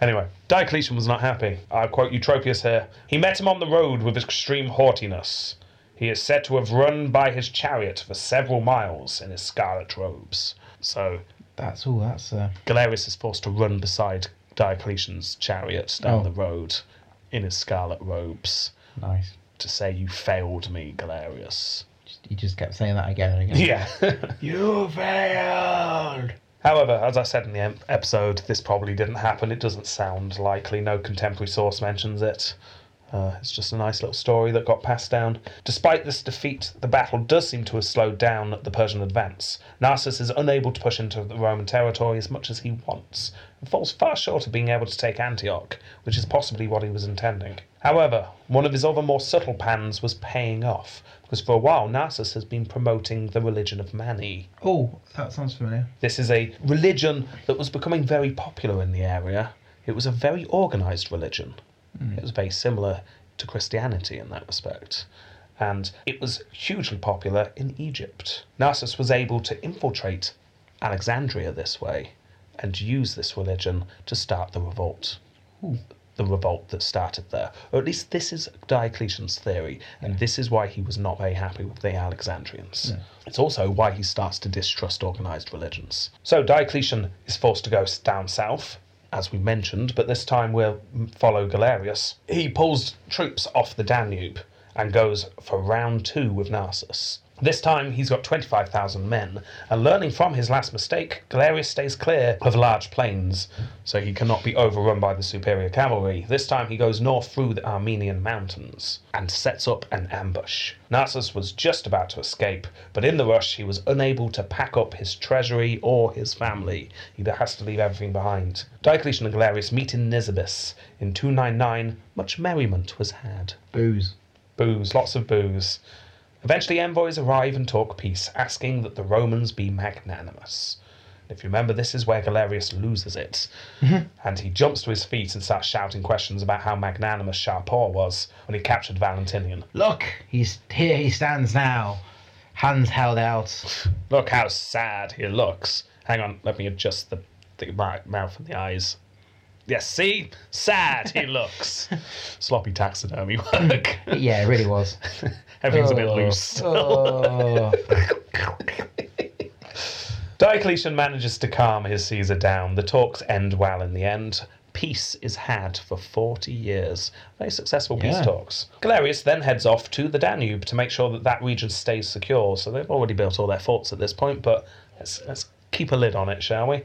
[SPEAKER 3] Anyway, Diocletian was not happy. I quote Eutropius here. He met him on the road with extreme haughtiness. He is said to have run by his chariot for several miles in his scarlet robes. So
[SPEAKER 2] That's all. That's uh,
[SPEAKER 3] Galerius is forced to run beside Diocletian's chariot down
[SPEAKER 2] Oh.
[SPEAKER 3] the road in his scarlet robes
[SPEAKER 2] nice.
[SPEAKER 3] to say, You failed me, Galerius.
[SPEAKER 2] Just, he just kept saying that again and again.
[SPEAKER 3] Yeah.
[SPEAKER 2] You failed.
[SPEAKER 3] However, as I said in the em- episode, this probably didn't happen. It doesn't sound likely. No contemporary source mentions it. Uh, it's just a nice little story that got passed down. Despite this defeat, the battle does seem to have slowed down the Persian advance. Narses is unable to push into the Roman territory as much as he wants, and falls far short of being able to take Antioch, which is possibly what he was intending. However, one of his other more subtle plans was paying off, because for a while Narses has been promoting the religion of Mani.
[SPEAKER 2] Oh, that sounds familiar.
[SPEAKER 3] This is a religion that was becoming very popular in the area. It was a very organized religion. It was very similar to Christianity in that respect. And it was hugely popular in Egypt. Narses was able to infiltrate Alexandria this way and use this religion to start the revolt. the revolt that started there. Or at least this is Diocletian's theory, and this is why he was not very happy with the Alexandrians. It's also why he starts to distrust organized religions. So Diocletian is forced to go s- down south. As we mentioned, but this time we'll follow Galerius. He pulls troops off the Danube and goes for round two with Narses. This time he's got 25,000 men, and learning from his last mistake, Galerius stays clear of large plains, so he cannot be overrun by the superior cavalry. This time he goes north through the Armenian mountains and sets up an ambush. Narses was just about to escape, but in the rush he was unable to pack up his treasury or his family. He has to leave everything behind. Diocletian and Galerius meet in Nisibis. In 299, much merriment was had.
[SPEAKER 2] Booze.
[SPEAKER 3] Booze, lots of booze. Eventually, envoys arrive and talk peace, asking that the Romans be magnanimous. If you remember, this is where Galerius loses it. and he jumps to his feet and starts shouting questions about how magnanimous Sharpor was when he captured Valentinian.
[SPEAKER 2] Look, he's here. He stands now, hands held out.
[SPEAKER 3] Look how sad he looks. Hang on, let me adjust the, the mi- mouth and the eyes. Yes, see? Sad he looks. Sloppy taxidermy work.
[SPEAKER 2] Yeah, it really was.
[SPEAKER 3] Everything's a bit
[SPEAKER 2] Oh,
[SPEAKER 3] loose.
[SPEAKER 2] oh.
[SPEAKER 3] Diocletian manages to calm his Caesar down. The talks end well in the end. Peace is had for 40 years. Very successful peace
[SPEAKER 2] Yeah.
[SPEAKER 3] talks. Galerius then heads off to the Danube to make sure that that region stays secure. So they've already built all their forts at this point, but let's, let's keep a lid on it, shall we?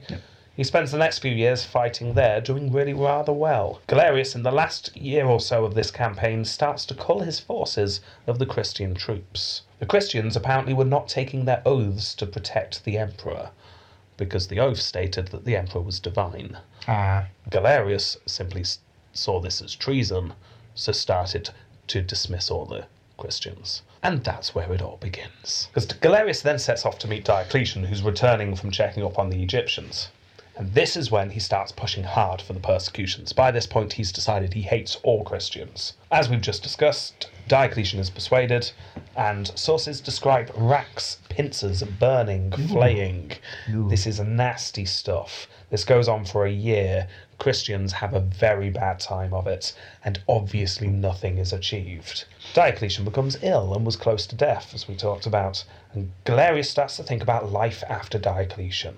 [SPEAKER 3] He spends the next few years fighting there, doing really rather well. Galerius, in the last year or so of this campaign, starts to cull his forces of the Christian troops. The Christians apparently were not taking their oaths to protect the emperor, because the oath stated that the emperor was divine.
[SPEAKER 2] Ah,
[SPEAKER 3] Galerius simply s- saw this as treason, so started to dismiss all the Christians. And that's where it all begins. Because Galerius then sets off to meet Diocletian, who's returning from checking up on the Egyptians. And this is when he starts pushing hard for the persecutions. By this point, he's decided he hates all Christians. As we've just discussed, Diocletian is persuaded, and sources describe racks, pincers, burning, flaying.
[SPEAKER 2] Ooh.
[SPEAKER 3] This is nasty stuff. This goes on for a year. Christians have a very bad time of it, and obviously nothing is achieved. Diocletian becomes ill and was close to death, as we talked about, and Galerius starts to think about life after Diocletian.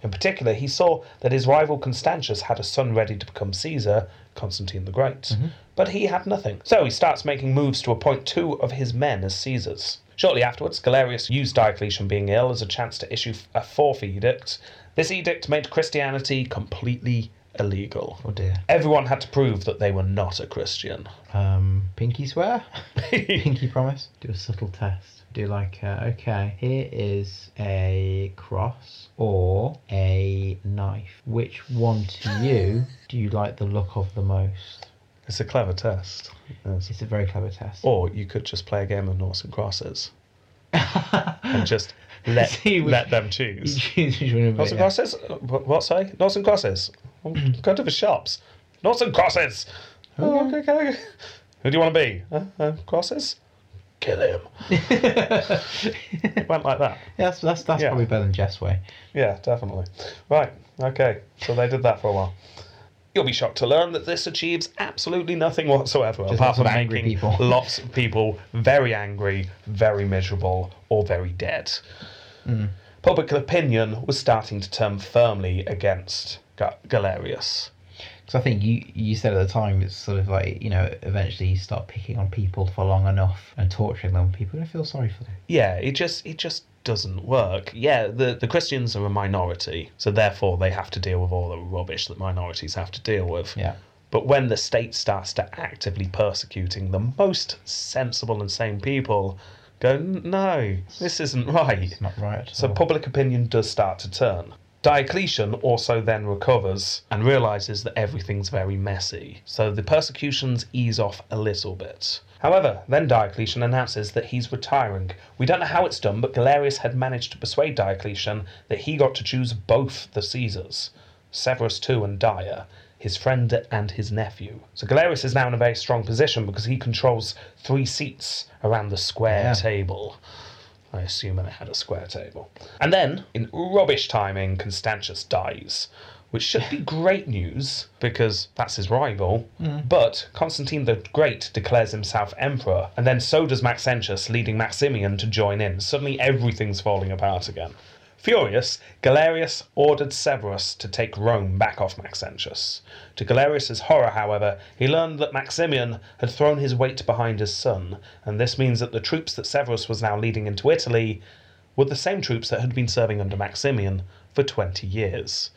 [SPEAKER 3] In particular, he saw that his rival Constantius had a son ready to become Caesar, Constantine the Great, but he had nothing. So he starts making moves to appoint two of his men as Caesars. Shortly afterwards, Galerius used Diocletian being ill as a chance to issue a fourth edict. This edict made Christianity completely illegal.
[SPEAKER 2] oh dear.
[SPEAKER 3] Everyone had to prove that they were not a Christian.
[SPEAKER 2] Um, pinky swear. pinky promise. Do a subtle test. Do like, uh, okay, here is a cross or a knife. Which one to you do you like the look of the most?
[SPEAKER 3] It's a clever test. Yes.
[SPEAKER 2] It's a very clever test.
[SPEAKER 3] Or you could just play a game of noughts and crosses and just let,
[SPEAKER 2] See, we-
[SPEAKER 3] let them choose.
[SPEAKER 2] Choose which one of
[SPEAKER 3] Noughts
[SPEAKER 2] it,
[SPEAKER 3] and
[SPEAKER 2] yeah.
[SPEAKER 3] crosses? Uh, wh- What, say? Noughts and crosses. Um, Go to the shops. Noughts and crosses. Oh, okay, okay. Who do you want to be? Uh, uh, crosses? Kill him. it went like that.
[SPEAKER 2] That's that's that's
[SPEAKER 3] Yeah.
[SPEAKER 2] probably better than Jeff's way.
[SPEAKER 3] Yeah, definitely. Right, okay. So they did that for a while. You'll be shocked to learn that this achieves absolutely nothing whatsoever, apart
[SPEAKER 2] lots
[SPEAKER 3] from
[SPEAKER 2] of angry
[SPEAKER 3] making
[SPEAKER 2] people.
[SPEAKER 3] lots of people very angry, very miserable, or very dead.
[SPEAKER 2] Mm.
[SPEAKER 3] Public opinion was starting to turn firmly against Ga- Galerius.
[SPEAKER 2] Because I think you you said at the time it's sort of like you know eventually you start picking on people for long enough and torturing them, people are gonna feel sorry for them.
[SPEAKER 3] Yeah, it just it just doesn't work. Yeah, the, the Christians are a minority, so therefore they have to deal with all the rubbish that minorities have to deal with.
[SPEAKER 2] Yeah.
[SPEAKER 3] But when the state starts to actively persecuting the most sensible and sane people, go, no, this isn't right.
[SPEAKER 2] It's not right. at
[SPEAKER 3] So
[SPEAKER 2] all.
[SPEAKER 3] public opinion does start to turn. Diocletian also then recovers and realizes that everything's very messy, so the persecutions ease off a little bit. However, then Diocletian announces that he's retiring. We don't know how it's done, but Galerius had managed to persuade Diocletian that he got to choose both the Caesars, Severus II and Dire, his friend and his nephew. So Galerius is now in a very strong position because he controls three seats around the square
[SPEAKER 2] Yeah.
[SPEAKER 3] table. I assume it had a square table. And then, in rubbish timing, Constantius dies. which should be great news because that's his rival. But Constantine the Great declares himself emperor, and then so does Maxentius, leading Maximian to join in. Suddenly, everything's falling apart again. Furious, Galerius ordered Severus to take Rome back off Maxentius. To Galerius's horror, however, he learned that Maximian had thrown his weight behind his son, and this means that the troops that Severus was now leading into Italy were the same troops that had been serving under Maximian for 20 years.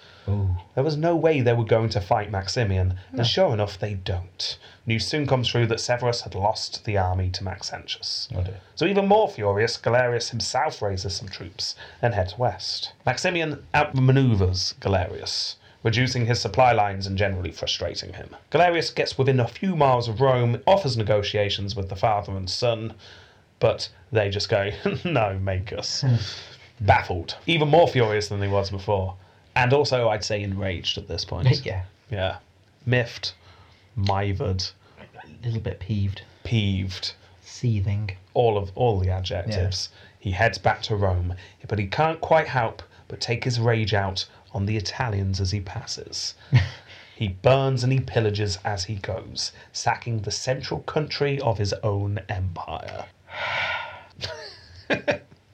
[SPEAKER 3] There was no way they were going to fight Maximian, and sure enough, they don't. News soon comes through that Severus had lost the army to Maxentius. So, even more furious, Galerius himself raises some troops and heads west. Maximian outmaneuvers Galerius, reducing his supply lines and generally frustrating him. Galerius gets within a few miles of Rome, offers negotiations with the father and son, but they just go, no, make us. Baffled. Even more furious than he was before. And also, I'd say enraged at this point.
[SPEAKER 2] yeah,
[SPEAKER 3] Yeah. Miffed, mithered,
[SPEAKER 2] a little bit peeved,
[SPEAKER 3] peeved,
[SPEAKER 2] seething.
[SPEAKER 3] all of all the adjectives. He heads back to Rome, but he can't quite help but take his rage out on the Italians as he passes. he burns and he pillages as he goes, sacking the central country of his own empire.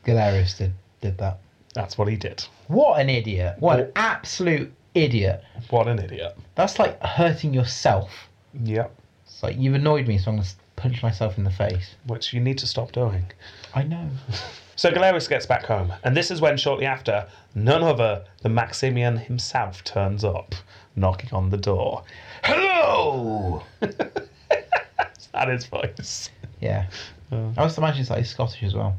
[SPEAKER 2] Galerius did did that.
[SPEAKER 3] That's what he did.
[SPEAKER 2] What an idiot! What an
[SPEAKER 3] Well-
[SPEAKER 2] absolute idiot!
[SPEAKER 3] What an idiot.
[SPEAKER 2] That's like hurting yourself.
[SPEAKER 3] Yep.
[SPEAKER 2] It's like you've annoyed me, so I'm gonna punch myself in the face.
[SPEAKER 3] Which you need to stop doing.
[SPEAKER 2] I know.
[SPEAKER 3] So Galerius gets back home, and this is when, shortly after, none other than Maximian himself turns up, knocking on the door. Hello! That is voice.
[SPEAKER 2] Yeah. I also imagine it's like he's Scottish as well.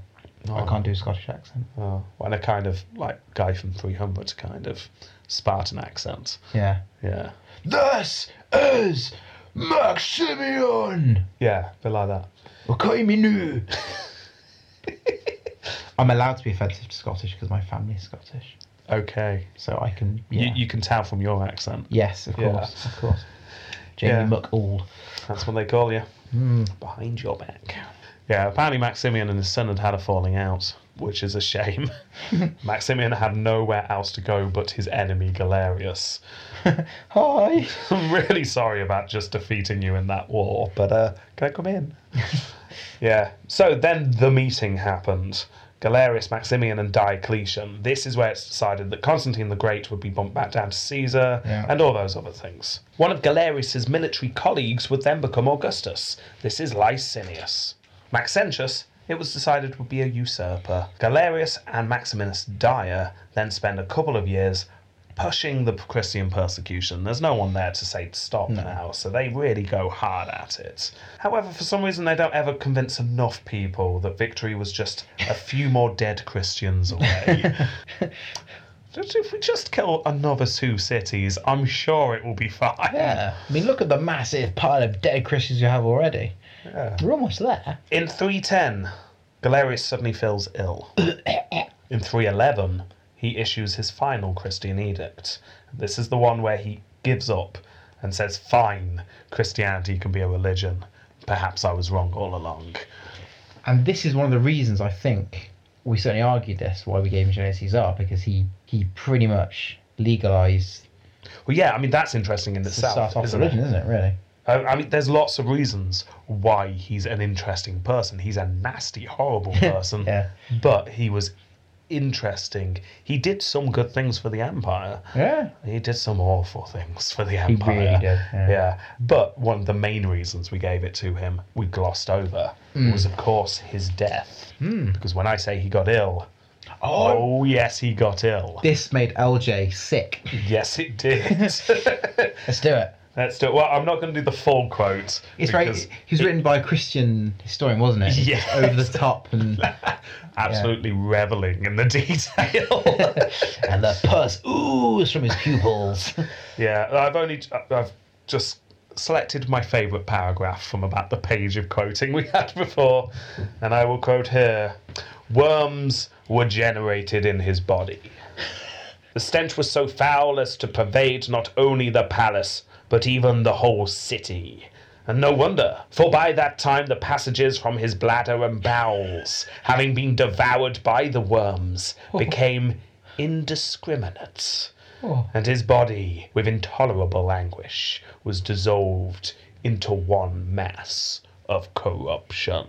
[SPEAKER 2] I
[SPEAKER 3] Oh.
[SPEAKER 2] can't do a Scottish accent.
[SPEAKER 3] Oh, and a kind of like guy from 300 kind of Spartan accent.
[SPEAKER 2] Yeah.
[SPEAKER 3] Yeah.
[SPEAKER 2] This is Maximian.
[SPEAKER 3] Yeah, a bit like that.
[SPEAKER 2] Okay, me new. I'm allowed to be offensive to Scottish because my family's Scottish,
[SPEAKER 3] Okay.
[SPEAKER 2] so I can. Yeah.
[SPEAKER 3] You, you can tell from your accent.
[SPEAKER 2] yes, of
[SPEAKER 3] Yeah.
[SPEAKER 2] course, of course. Jamie
[SPEAKER 3] Yeah.
[SPEAKER 2] Muck all.
[SPEAKER 3] That's what they call you. Behind your back. Hmm. Yeah, apparently Maximian and his son had had a falling out, which is a shame. Maximian had nowhere else to go but his enemy Galerius.
[SPEAKER 2] Hi.
[SPEAKER 3] I'm really sorry about just defeating you in that war, but uh, can I come in? yeah. So then the meeting happened. Galerius, Maximian, and Diocletian. This is where it's decided that Constantine the Great would be bumped back down to Caesar
[SPEAKER 2] Yeah.
[SPEAKER 3] and all those other things. One of Galerius's military colleagues would then become Augustus. This is Licinius. Maxentius, it was decided, would be a usurper. Galerius and Maximinus Dia then spend a couple of years pushing the Christian persecution. There's no one there to say stop now, so they really go hard at it. However, for some reason, they don't ever convince enough people that victory was just a few more dead Christians away. Just- if we just kill another two cities, I'm sure it will be fine.
[SPEAKER 2] Yeah. I mean, look at the massive pile of dead Christians you have already.
[SPEAKER 3] Yeah.
[SPEAKER 2] We're almost there.
[SPEAKER 3] In 310, Galerius suddenly feels ill. In 311, he issues his final Christian edict. This is the one where he gives up and says, Fine, Christianity can be a religion. Perhaps I was wrong all along.
[SPEAKER 2] And this is one of the reasons I think we certainly argued this why we gave him Julius Caesar because he he pretty much legalized
[SPEAKER 3] Well, yeah, I mean, that's interesting in
[SPEAKER 2] the
[SPEAKER 3] itself.
[SPEAKER 2] start off
[SPEAKER 3] isn't
[SPEAKER 2] religion,
[SPEAKER 3] it?
[SPEAKER 2] isn't it? Really.
[SPEAKER 3] I, I mean, there's lots of reasons why he's an interesting person. He's a nasty, horrible person.
[SPEAKER 2] Yeah.
[SPEAKER 3] But he was interesting. He did some good things for the empire.
[SPEAKER 2] Yeah.
[SPEAKER 3] He did some awful things for the Empire.
[SPEAKER 2] really did, yeah.
[SPEAKER 3] But one of the main reasons we gave it to him, we glossed over,
[SPEAKER 2] Hmm.
[SPEAKER 3] was of course his death. Because when I say he got ill, oh, yes, he got ill.
[SPEAKER 2] This made LJ sick.
[SPEAKER 3] Yes, it did.
[SPEAKER 2] Let's do it.
[SPEAKER 3] Let's do it. Well, I'm not going to do the full quote.
[SPEAKER 2] It's very.
[SPEAKER 3] because
[SPEAKER 2] He was written by a Christian historian, wasn't it? It's just
[SPEAKER 3] Yes.
[SPEAKER 2] Over the top and
[SPEAKER 3] absolutely reveling in the detail.
[SPEAKER 2] and the pus ooze from his pupils.
[SPEAKER 3] Yeah, I've only uh, I've just selected my favourite paragraph from about the page of quoting we had before, and I will quote here: "Worms were generated in his body. The stench was so foul as to pervade not only the palace but even the whole city." And no wonder, for by that time the passages from his bladder and bowels, having been devoured by the worms, became indiscriminate
[SPEAKER 2] Oh.
[SPEAKER 3] and his body, with intolerable anguish, was dissolved into one mass of corruption.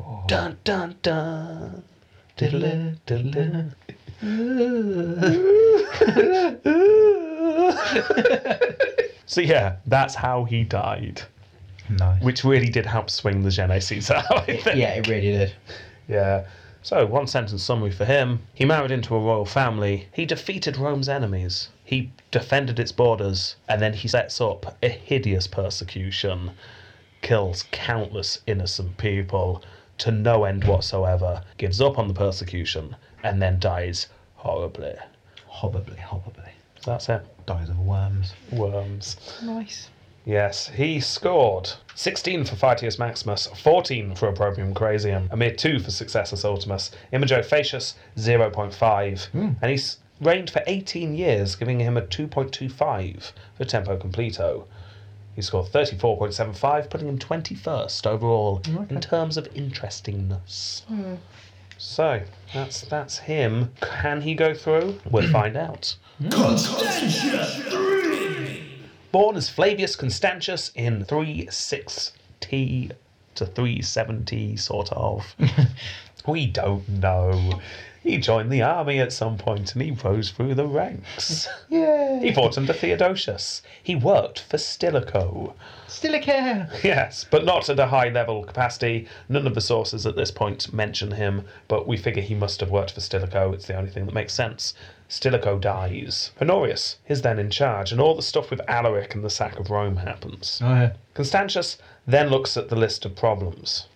[SPEAKER 3] Oh. Dun dun dun. Diddle, diddle. so yeah, that's how he died,
[SPEAKER 2] Nice.
[SPEAKER 3] which really did help swing the Genesis out. I think.
[SPEAKER 2] yeah, it really did.
[SPEAKER 3] Yeah. So, one sentence summary for him. He married into a royal family. He defeated Rome's enemies. He defended its borders. And then he sets up a hideous persecution, kills countless innocent people to no end whatsoever, gives up on the persecution, and then dies horribly.
[SPEAKER 2] Hobbably, hobbably.
[SPEAKER 3] So That's it.
[SPEAKER 2] Dies of worms.
[SPEAKER 3] Worms.
[SPEAKER 4] Nice.
[SPEAKER 3] Yes, he scored 16 for Phytius Maximus, 14 for Opprobrium Crasium, a mere 2 for Successus Ultimus, Imago Facius 0.5, and he's reigned for 18 years, giving him a 2.25 for Tempo Completo. He scored 34.75, putting him 21st overall in terms of interestingness. So, that's that's him. Can he go through? We'll find out.
[SPEAKER 1] Constantia 3.
[SPEAKER 3] Born as Flavius Constantius in 360 to 370, sort of. we don't know. He joined the army at some point and he rose through the ranks. He
[SPEAKER 2] Yay!
[SPEAKER 3] fought under Theodosius. He worked for Stilicho.
[SPEAKER 2] Still a care.
[SPEAKER 3] Yes, but not at a high level capacity. None of the sources at this point mention him, but we figure he must have worked for Stilicho. It's the only thing that makes sense. Stilicho dies. Honorius is then in charge, and all the stuff with Alaric and the sack of Rome happens.
[SPEAKER 2] Oh, yeah.
[SPEAKER 3] Constantius then looks at the list of problems.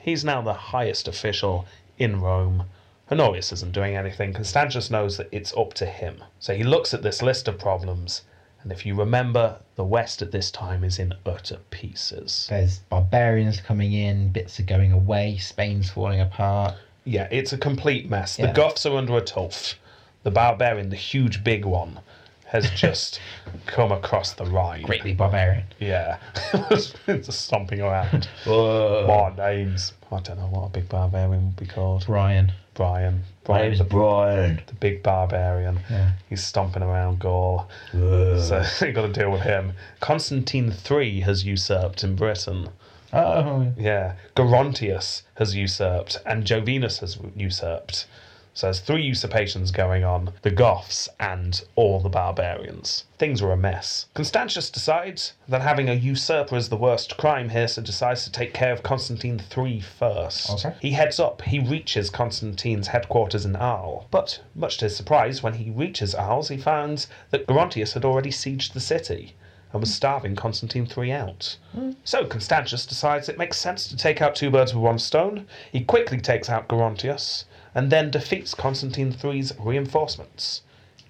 [SPEAKER 3] He's now the highest official in Rome. Honorius isn't doing anything. Constantius knows that it's up to him. So he looks at this list of problems, and if you remember, the West at this time is in utter pieces.
[SPEAKER 2] There's barbarians coming in, bits are going away, Spain's falling apart.
[SPEAKER 3] Yeah, it's a complete mess. The
[SPEAKER 2] Yeah.
[SPEAKER 3] Goths are under a tulf. The barbarian, the huge big one, has just come across the Rhine.
[SPEAKER 2] Greatly barbarian.
[SPEAKER 3] Yeah, it's stomping around. My name's I don't know what a big barbarian would be called.
[SPEAKER 2] Brian.
[SPEAKER 3] Brian.
[SPEAKER 1] My
[SPEAKER 3] Brian,
[SPEAKER 1] name's
[SPEAKER 3] the,
[SPEAKER 1] Brian.
[SPEAKER 3] the big barbarian.
[SPEAKER 2] Yeah.
[SPEAKER 3] He's stomping around Gaul, so you got to deal with him. Constantine III has usurped in Britain.
[SPEAKER 2] Oh,
[SPEAKER 3] Yeah, Gerontius has usurped, and Jovinus has usurped. So there's three usurpations going on the Goths and all the barbarians. Things were a mess. Constantius decides that having a usurper is the worst crime here, so decides to take care of Constantine III first.
[SPEAKER 2] Okay.
[SPEAKER 3] He heads up, he reaches Constantine's headquarters in Arles. But, much to his surprise, when he reaches Arles, he finds that Gerontius had already sieged the city and was starving Constantine III out. So Constantius decides it makes sense to take out two birds with one stone. He quickly takes out Gerontius and then defeats Constantine III's reinforcements.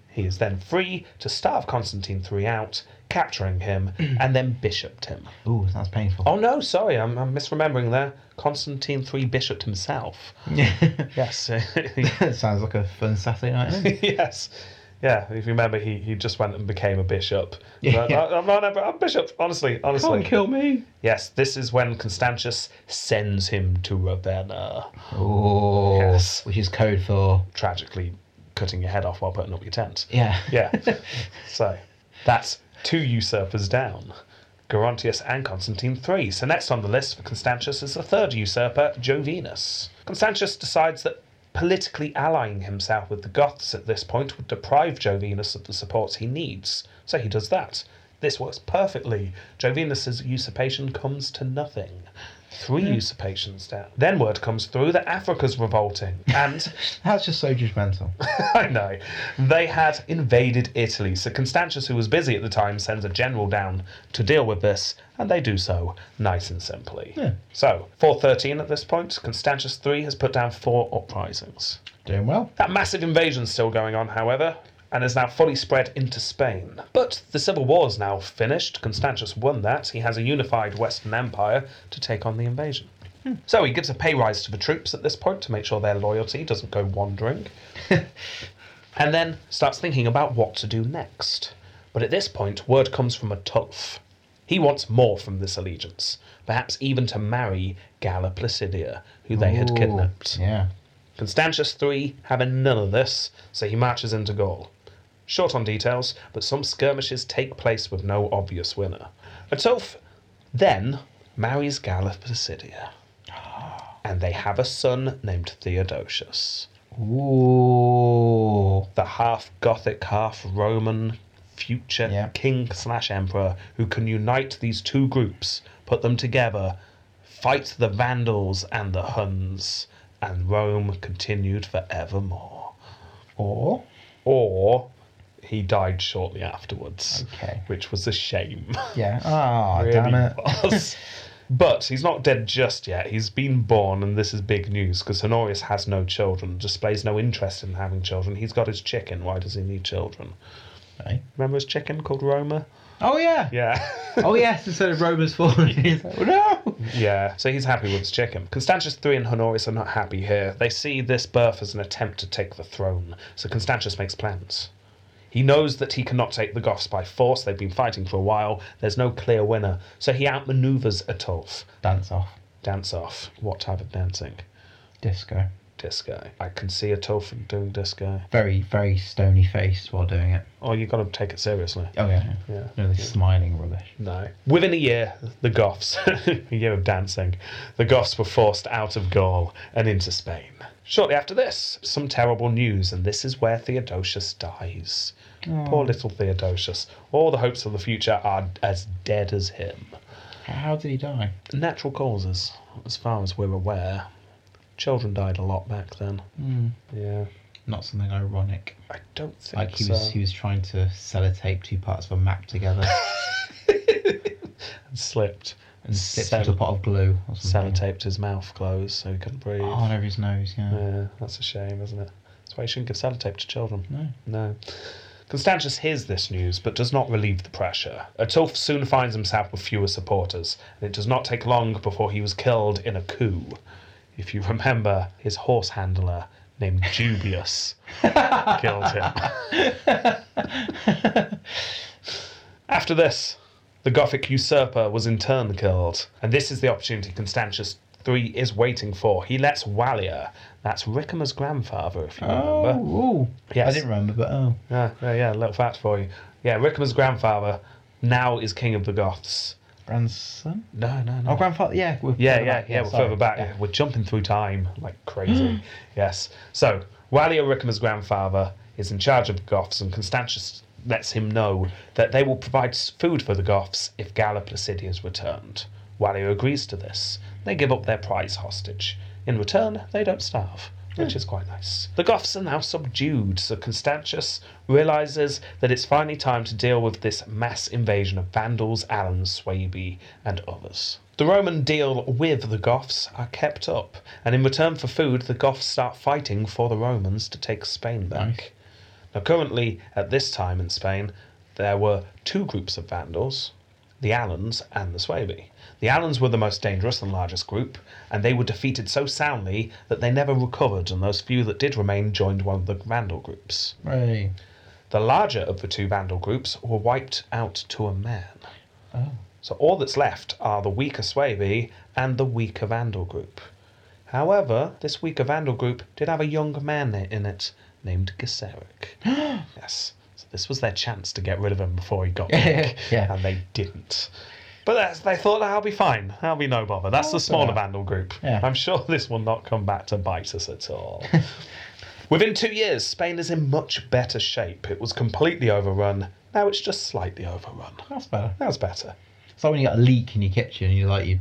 [SPEAKER 3] He is then free to starve Constantine III out, capturing him, and then bishoped him.
[SPEAKER 2] Ooh, sounds painful.
[SPEAKER 3] Oh no, sorry, I'm, I'm misremembering there. Constantine III bishoped himself. Oh. Yes.
[SPEAKER 2] sounds like a fun Saturday night. isn't it?
[SPEAKER 3] yes. Yeah, if you remember, he, he just went and became a bishop.
[SPEAKER 2] Yeah.
[SPEAKER 3] But, "I- I'm not a I'm a bishop, honestly, honestly.
[SPEAKER 2] me.
[SPEAKER 3] Yes, this is when Constantius sends him to Ravenna,
[SPEAKER 2] Oh,
[SPEAKER 3] Yes.
[SPEAKER 2] which is code for
[SPEAKER 3] tragically cutting your head off while putting up your tent.
[SPEAKER 2] yeah.
[SPEAKER 3] Yeah. so that's two usurpers down Gerontius and Constantine III. So next on the list for Constantius is the third usurper, Jovinus. Constantius decides that politically allying himself with the Goths at this point would deprive Jovinus of the support he needs. So he does that. This works perfectly. Jovinus's usurpation comes to nothing. Three usurpations down. Then word comes through that Africa's revolting, and
[SPEAKER 2] That's just so judgmental.
[SPEAKER 3] I know. They had invaded Italy, so Constantius, who was busy at the time, sends a general down to deal with this, and they do so nice and simply.
[SPEAKER 2] Yeah.
[SPEAKER 3] So, 413 at this point, Constantius III has put down four uprisings.
[SPEAKER 2] Doing well.
[SPEAKER 3] That massive invasion's still going on, however, and is now fully spread into Spain. But the civil war's now finished. Constantius won that. He has a unified Western Empire to take on the invasion. So he gives a pay rise to the troops at this point to make sure their loyalty doesn't go wandering. and then starts thinking about what to do next. But at this point, word comes from a Tulf. He wants more from this allegiance, perhaps even to marry Galla Placidia, who they had
[SPEAKER 2] Ooh,
[SPEAKER 3] kidnapped.
[SPEAKER 2] Yeah.
[SPEAKER 3] Constantius III having none of this, so he marches into Gaul. Short on details, but some skirmishes take place with no obvious winner. Atulf then marries Galla Placidia, and they have a son named Theodosius.
[SPEAKER 2] Ooh.
[SPEAKER 3] the half Gothic, half Roman future
[SPEAKER 2] Yeah.
[SPEAKER 3] king slash emperor who can unite these two groups, put them together, fight the Vandals and the Huns, and Rome continued forevermore.
[SPEAKER 2] Or
[SPEAKER 3] Or he died shortly afterwards,
[SPEAKER 2] Okay.
[SPEAKER 3] which was a shame.
[SPEAKER 2] yeah. Ah,
[SPEAKER 3] Really
[SPEAKER 2] damn it.
[SPEAKER 3] was. But he's not dead just yet. He's been born, and this is big news because Honorius has no children, displays no interest in having children. He's got his chicken. Why does he need children?
[SPEAKER 2] Right.
[SPEAKER 3] Remember his chicken called Roma?
[SPEAKER 2] Oh yeah.
[SPEAKER 3] Yeah. Oh,
[SPEAKER 2] Oh yes, instead of Roma's falling. He's like, no.
[SPEAKER 3] yeah. So he's happy with his chicken. Constantius III and Honorius are not happy here. They see this birth as an attempt to take the throne. So Constantius makes plans. He knows that he cannot take the Goths by force. They've been fighting for a while. There's no clear winner. So he outmaneuvers Atulf.
[SPEAKER 2] Dance off.
[SPEAKER 3] Dance off. What type of dancing?
[SPEAKER 2] Disco.
[SPEAKER 3] Disco. I can see Atulf doing disco.
[SPEAKER 2] Very, very stony faced while doing it.
[SPEAKER 3] Oh, you got to take it seriously.
[SPEAKER 2] Oh yeah.
[SPEAKER 3] Yeah.
[SPEAKER 2] No, this smiling rubbish.
[SPEAKER 3] No. Within a year, the Goths, a year of dancing, the Goths were forced out of Gaul and into Spain. Shortly after this, some terrible news, and this is where Theodosius dies. Poor little Theodosius. All the hopes of the future are as dead as him.
[SPEAKER 2] How did he die?
[SPEAKER 3] Natural causes, as far as we're aware. Children died a lot back then. Yeah.
[SPEAKER 2] Not something ironic.
[SPEAKER 3] I don't think
[SPEAKER 2] Like he
[SPEAKER 3] so.
[SPEAKER 2] was, he was trying to sellotape two parts of a map together
[SPEAKER 3] slipped
[SPEAKER 2] and slipped
[SPEAKER 3] Sell-
[SPEAKER 2] into a pot of glue or something.
[SPEAKER 3] sellotaped his mouth closed so he couldn't breathe.
[SPEAKER 2] Oh, and over his nose. Yeah.
[SPEAKER 3] Yeah, that's a shame, isn't it? That's why you shouldn't give sellotape to children.
[SPEAKER 2] No.
[SPEAKER 3] No. Constantius hears this news, but does not relieve the pressure. Atulf soon finds himself with fewer supporters, and it does not take long before he was killed in a coup. If you remember, his horse handler named Dubius killed him. After this, the Gothic usurper was in turn killed, and this is the opportunity Constantius III is waiting for. He lets Wallia, that's Ricimer's grandfather, if you remember.
[SPEAKER 2] Oh, ooh.
[SPEAKER 3] Yes.
[SPEAKER 2] I didn't remember, but oh.
[SPEAKER 3] Yeah, yeah, yeah, little fact for you. Yeah, Ricimer's grandfather now is king of the Goths.
[SPEAKER 2] Grandson?
[SPEAKER 3] No, no, no.
[SPEAKER 2] Oh, grandfather? Yeah. we're
[SPEAKER 3] yeah,
[SPEAKER 2] further
[SPEAKER 3] yeah,
[SPEAKER 2] back,
[SPEAKER 3] yeah, we're
[SPEAKER 2] sorry.
[SPEAKER 3] further back.
[SPEAKER 2] Yeah. Mm.
[SPEAKER 3] We're jumping through time like crazy. yes. So, Wallia Ricimer's grandfather is in charge of the Goths, and Constantius lets him know that they will provide s- food for the Goths if Galla Placidia is returned. Wallia agrees to this. They give up their prize hostage. In return, they don't starve. Which is quite nice. The Goths are now subdued, so Constantius realizes that it's finally time to deal with this mass invasion of Vandals, Alans, Swaby, and others. The Roman deal with the Goths are kept up, and in return for food, the Goths start fighting for the Romans to take Spain back.
[SPEAKER 2] Nice.
[SPEAKER 3] Now, currently, at this time in Spain, there were two groups of Vandals the Alans and the Suevi. The Alans were the most dangerous and largest group, and they were defeated so soundly that they never recovered, and those few that did remain joined one of the Vandal groups.
[SPEAKER 2] Right.
[SPEAKER 3] The larger of the two Vandal groups were wiped out to a man.
[SPEAKER 2] Oh.
[SPEAKER 3] So all that's left are the weaker Suevi and the weaker Vandal group. However, this weaker Vandal group did have a young man in it named Gesseric. yes. So this was their chance to get rid of him before he got back.
[SPEAKER 2] Yeah.
[SPEAKER 3] And they didn't. But that's, they thought, I'll be fine. I'll be no bother. That's the
[SPEAKER 2] That's
[SPEAKER 3] smaller
[SPEAKER 2] alright.
[SPEAKER 3] Vandal group.
[SPEAKER 2] Oh, Yeah.
[SPEAKER 3] I'm sure this will not come back to bite us at all. Within two years, Spain is in much better shape. It was completely overrun. Now it's just slightly overrun.
[SPEAKER 2] That's better.
[SPEAKER 3] That's better.
[SPEAKER 2] It's like when you got a leak in your kitchen, you're like, you,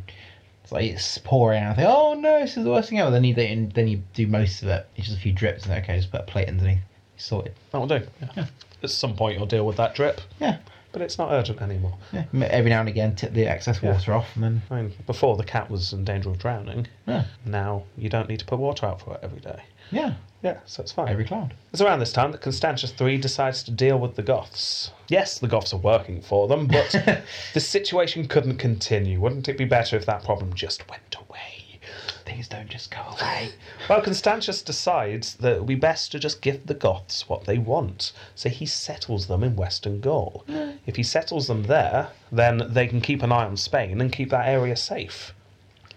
[SPEAKER 2] it's like it's pouring out. I think, oh no, this is the worst thing ever. Then you then, then you do most of it. It's just a few drips, and okay, just put a plate underneath. It's sorted.
[SPEAKER 3] That'll do. Yeah. At some point, you'll deal with that drip,
[SPEAKER 2] Yeah,
[SPEAKER 3] but it's not urgent anymore.
[SPEAKER 2] yeah. M- Every now and again, tip the excess
[SPEAKER 3] Yeah.
[SPEAKER 2] water off, and then
[SPEAKER 3] I mean, before the cat was in danger of drowning.
[SPEAKER 2] yeah,
[SPEAKER 3] Now you don't need to put water out for it every day.
[SPEAKER 2] yeah.
[SPEAKER 3] Yeah, so it's fine.
[SPEAKER 2] Every cloud.
[SPEAKER 3] It's around this time that Constantius III decides to deal with the Goths. Yes, the Goths are working for them, but the situation couldn't continue. Wouldn't it be better if that problem just went away?
[SPEAKER 2] Things don't just go away.
[SPEAKER 3] Well, Constantius decides that it would be best to just give the Goths what they want, so he settles them in Western Gaul. If he settles them there, then they can keep an eye on Spain and keep that area safe.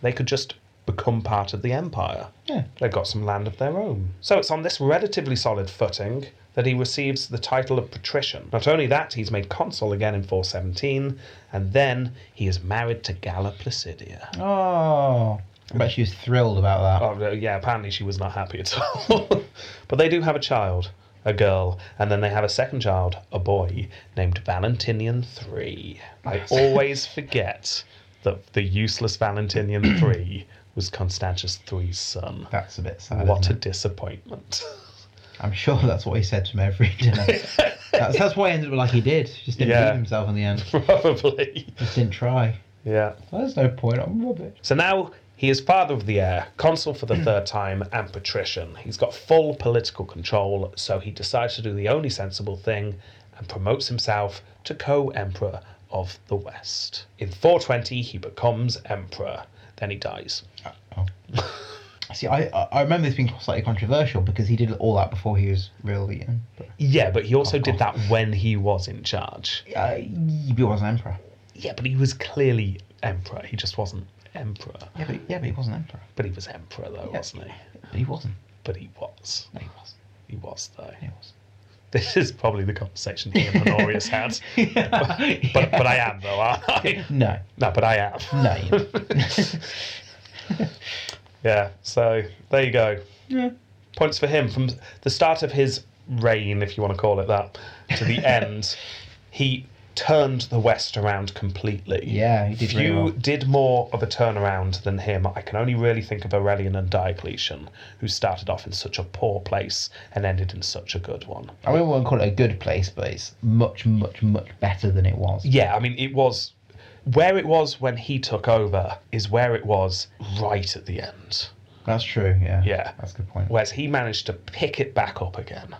[SPEAKER 3] They could just become part of the empire.
[SPEAKER 2] Yeah.
[SPEAKER 3] They've got some land of their own. So it's on this relatively solid footing that he receives the title of patrician. Not only that, he's made consul again in 417, and then he is married to Galla Placidia.
[SPEAKER 2] Oh, I bet she was thrilled about that.
[SPEAKER 3] Oh, uh, yeah, apparently she was not happy at all. but they do have a child, a girl, and then they have a second child, a boy, named Valentinian III. I always forget that the useless Valentinian III was Constantius III's son.
[SPEAKER 2] That's a bit sad.
[SPEAKER 3] What a
[SPEAKER 2] isn't it?
[SPEAKER 3] disappointment.
[SPEAKER 2] I'm sure that's what he said to him every dinner. that's, that's why he ended up like he did. He Just didn't
[SPEAKER 3] Yeah.
[SPEAKER 2] believe himself in the end.
[SPEAKER 3] Probably.
[SPEAKER 2] Just didn't try.
[SPEAKER 3] Yeah.
[SPEAKER 2] There's no point. I'm rubbish.
[SPEAKER 3] So now he is father of the heir, consul for the third time, and patrician. He's got full political control, so he decides to do the only sensible thing and promotes himself to co emperor of the West. In 420, he becomes emperor. Then he dies.
[SPEAKER 2] Oh. See, I I- I remember this being slightly controversial because he did all that before he was really. You know, but,
[SPEAKER 3] Yeah, but he also did that when he was in charge.
[SPEAKER 2] uh, he wasn't emperor.
[SPEAKER 3] Yeah, but he was clearly emperor. He just wasn't emperor.
[SPEAKER 2] Yeah, but yeah, but he wasn't emperor.
[SPEAKER 3] But he was emperor, though, wasn't he?
[SPEAKER 2] But he wasn't.
[SPEAKER 3] But he was.
[SPEAKER 2] No, he wasn't.
[SPEAKER 3] He was, though.
[SPEAKER 2] He wasn't.
[SPEAKER 3] This is probably the conversation he and Honorius had. But, but I am, though, aren't I?
[SPEAKER 2] No,
[SPEAKER 3] No, but I am.
[SPEAKER 2] no. you-
[SPEAKER 3] Yeah, so there you go.
[SPEAKER 2] Yeah.
[SPEAKER 3] Points for him from the start of his reign, if you want to call it that, to the end. He turned the West around completely.
[SPEAKER 2] Yeah, he did
[SPEAKER 3] Few
[SPEAKER 2] really well.
[SPEAKER 3] did more of a turnaround than him. I can only really think of Aurelian and Diocletian, who started off in such a poor place and ended in such a good one.
[SPEAKER 2] I wouldn't want to call it a good place, but it's much, much, much better than it was.
[SPEAKER 3] Yeah, I mean, it was where it was when he took over is where it was right at the end.
[SPEAKER 2] That's true. Yeah.
[SPEAKER 3] Yeah.
[SPEAKER 2] That's a good point.
[SPEAKER 3] Whereas he managed to pick it back up again.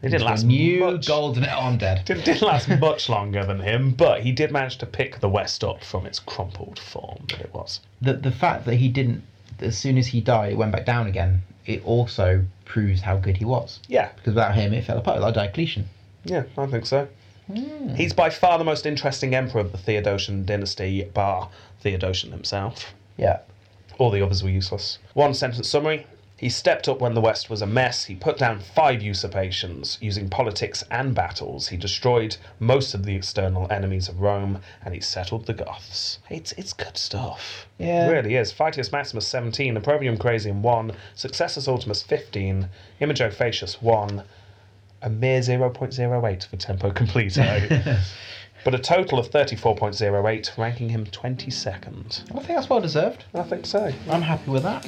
[SPEAKER 3] It didn't
[SPEAKER 2] Into a
[SPEAKER 3] last
[SPEAKER 2] new
[SPEAKER 3] much.
[SPEAKER 2] golden. Oh, I'm dead.
[SPEAKER 3] Didn't, didn't last much longer than him, but he did manage to pick the West up from its crumpled form that it was.
[SPEAKER 2] the the fact that he didn't as soon as he died it went back down again it also proves how good he was
[SPEAKER 3] Yeah,
[SPEAKER 2] because without him it fell apart like diocletian
[SPEAKER 3] yeah, I think so.
[SPEAKER 2] Hmm.
[SPEAKER 3] He's by far the most interesting emperor of the Theodosian dynasty, bar Theodosian himself.
[SPEAKER 2] yeah
[SPEAKER 3] All the others were useless. One sentence summary. He stepped up when the West was a mess. He put down five usurpations using politics and battles. He destroyed most of the external enemies of Rome and he settled the Goths. It's, it's good stuff.
[SPEAKER 2] Yeah.
[SPEAKER 3] It really is. Phytius Maximus 17, Opprobrium Crasium 1, Successus Ultimus 15, Imago Facius 1, a mere 0.08 for Tempo Completo. but a total of 34.08, ranking him 22nd.
[SPEAKER 2] i think that's well deserved
[SPEAKER 3] I think so.
[SPEAKER 2] i'm happy with that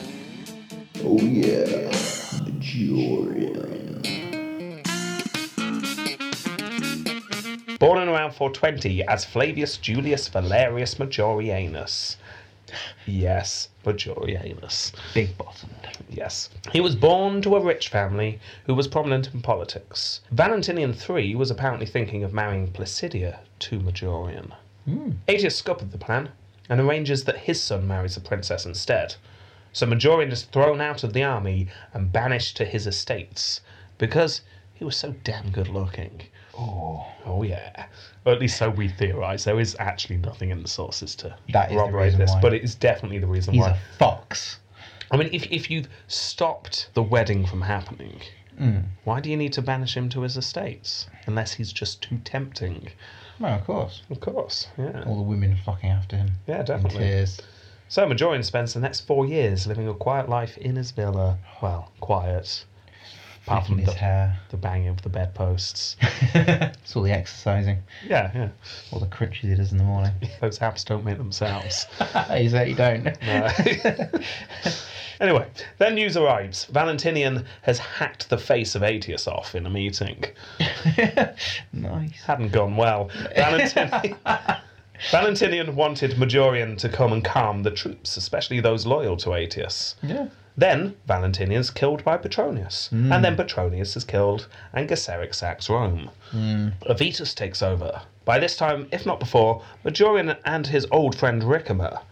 [SPEAKER 1] Oh yeah, Majorian.
[SPEAKER 3] Born in around 420 as Flavius Julius Valerius Majorianus. Yes, Majorianus.
[SPEAKER 2] big bottom
[SPEAKER 3] Yes. He was born to a rich family who was prominent in politics. Valentinian III was apparently thinking of marrying Placidia to Majorian. Aetius scuppered the plan and arranges that his son marries the princess instead. So Majorian is thrown out of the army and banished to his estates because he was so damn good looking.
[SPEAKER 2] oh
[SPEAKER 3] Oh yeah, or at least so we theorise. There is actually nothing in the sources to
[SPEAKER 2] That is the
[SPEAKER 3] corroborate
[SPEAKER 2] reason
[SPEAKER 3] this,
[SPEAKER 2] why.
[SPEAKER 3] but it is definitely the reason
[SPEAKER 2] he's
[SPEAKER 3] why.
[SPEAKER 2] a fox
[SPEAKER 3] I mean, if if you've stopped the wedding from happening,
[SPEAKER 2] Mm.
[SPEAKER 3] why do you need to banish him to his estates? Unless he's just too tempting.
[SPEAKER 2] well of course
[SPEAKER 3] Of course, yeah,
[SPEAKER 2] all the women flocking after him
[SPEAKER 3] yeah,
[SPEAKER 2] in
[SPEAKER 3] definitely.
[SPEAKER 2] tears
[SPEAKER 3] So Majorian spends the next four years living a quiet life in his villa. Well, quiet,
[SPEAKER 2] flicking
[SPEAKER 3] apart from
[SPEAKER 2] his
[SPEAKER 3] the,
[SPEAKER 2] hair
[SPEAKER 3] the banging of the bedposts.
[SPEAKER 2] it's all the exercising
[SPEAKER 3] yeah, yeah.
[SPEAKER 2] all the crunches he does in the morning
[SPEAKER 3] Those apps don't make themselves.
[SPEAKER 2] he's like you don't
[SPEAKER 3] anyway, then news arrives. Valentinian has hacked the face of Aetius off in a meeting.
[SPEAKER 2] nice
[SPEAKER 3] Hadn't gone well. Valentinian, Valentinian wanted Majorian to come and calm the troops, especially those loyal to Aetius.
[SPEAKER 2] yeah
[SPEAKER 3] Then Valentinian's killed by Petronius, and then Petronius is killed, and Gesseric sacks Rome. Avitus takes over. By this time, if not before, Majorian and his old friend Ricimer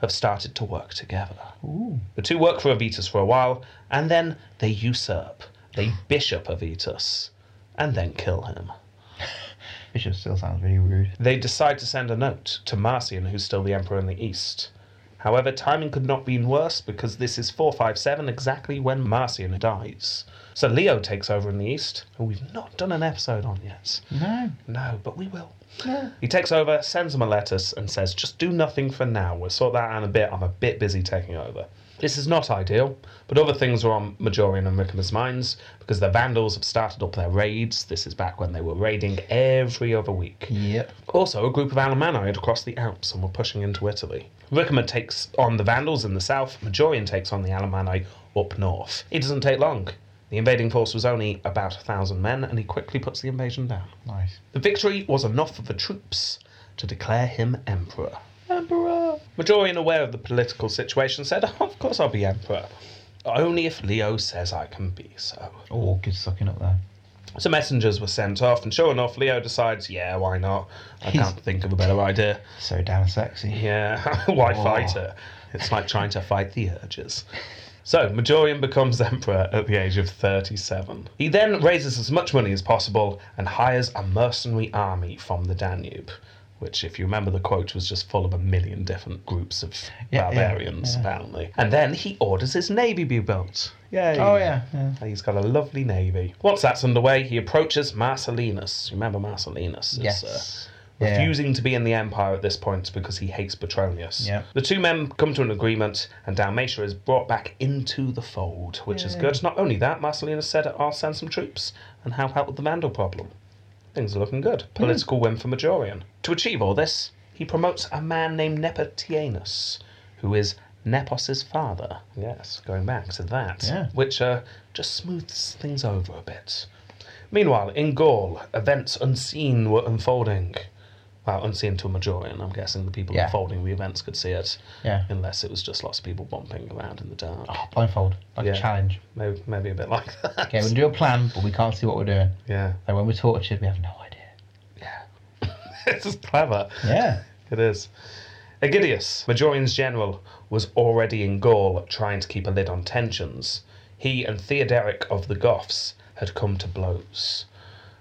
[SPEAKER 3] have started to work together.
[SPEAKER 2] Ooh.
[SPEAKER 3] The two work for Avitus for a while, and then they usurp. They bishop Avitus, and then kill him.
[SPEAKER 2] bishop still sounds really rude
[SPEAKER 3] They decide to send a note to Marcian, who's still the emperor in the east, However, timing could not be worse because this is 457, exactly when Marcion dies. So Leo takes over in the East, who we've not done an episode on yet.
[SPEAKER 2] No.
[SPEAKER 3] No, but we will.
[SPEAKER 2] Yeah.
[SPEAKER 3] He takes over, sends him a letter, and says, just do nothing for now. We'll sort that out in a bit. I'm a bit busy taking over. This is not ideal, but other things are on Majorian and Ricimer's minds because the Vandals have started up their raids. This is back when they were raiding every other week.
[SPEAKER 2] Yep.
[SPEAKER 3] Also, a group of Alamanni had crossed the Alps and were pushing into Italy. Ricimer takes on the Vandals in the south, Majorian takes on the Alamanni up north. It doesn't take long. The invading force was only about a thousand men, and he quickly puts the invasion down.
[SPEAKER 2] Nice.
[SPEAKER 3] The victory was enough for the troops to declare him emperor.
[SPEAKER 2] Emperor.
[SPEAKER 3] Majorian, aware of the political situation, said, Of course I'll be emperor. Only if Leo says I can be so.
[SPEAKER 2] Oh, good sucking up there.
[SPEAKER 3] So messengers were sent off, and sure enough, Leo decides, Yeah, why not? I can't think of a better idea.
[SPEAKER 2] So damn sexy.
[SPEAKER 3] Yeah, why
[SPEAKER 2] Oh.
[SPEAKER 3] fight her? It's like trying to fight the urges. So, Majorian becomes emperor at the age of 37. He then raises as much money as possible and hires a mercenary army from the Danube, which, if you remember the quote, was just full of a million different groups of
[SPEAKER 2] Yeah, yeah,
[SPEAKER 3] barbarians,
[SPEAKER 2] yeah.
[SPEAKER 3] apparently. And then he orders his navy be built. Yay!
[SPEAKER 2] Oh yeah. yeah.
[SPEAKER 3] And He's got a lovely navy. Once that's underway, he approaches Marcellinus. Remember Marcellinus? is, uh,
[SPEAKER 2] Yes. Yeah.
[SPEAKER 3] refusing to be in the Empire at this point because he hates Petronius.
[SPEAKER 2] Yeah.
[SPEAKER 3] The two men come to an agreement, and Dalmatia is brought back into the fold, which is
[SPEAKER 2] Yay.
[SPEAKER 3] good. Not only that, Marcellinus said, I'll send some troops and help out with the Vandal problem. Things are looking good.
[SPEAKER 2] Hmm.
[SPEAKER 3] Political win for Majorian. To achieve all this, he promotes a man named Nepotianus, who is Nepos's father. Yes, going back to that.
[SPEAKER 2] Yeah.
[SPEAKER 3] Which uh, just smooths things over a bit. Meanwhile, in Gaul, events unseen were unfolding. Well, unseen to a Majorian, I'm guessing the people
[SPEAKER 2] Yeah.
[SPEAKER 3] unfolding the events could see it,
[SPEAKER 2] Yeah.
[SPEAKER 3] unless it was just lots of people bumping around in the dark.
[SPEAKER 2] Blindfold. Like
[SPEAKER 3] Yeah.
[SPEAKER 2] a challenge.
[SPEAKER 3] Maybe, maybe a bit like that.
[SPEAKER 2] Oh. Okay, we'll do a plan, but we can't see what we're doing.
[SPEAKER 3] Yeah,
[SPEAKER 2] So when we're tortured, we have no idea.
[SPEAKER 3] it's clever.
[SPEAKER 2] Yeah.
[SPEAKER 3] It is. Aegidius, Majorian's general, was already in Gaul trying to keep a lid on tensions. He and Theoderic of the Goths had come to blows.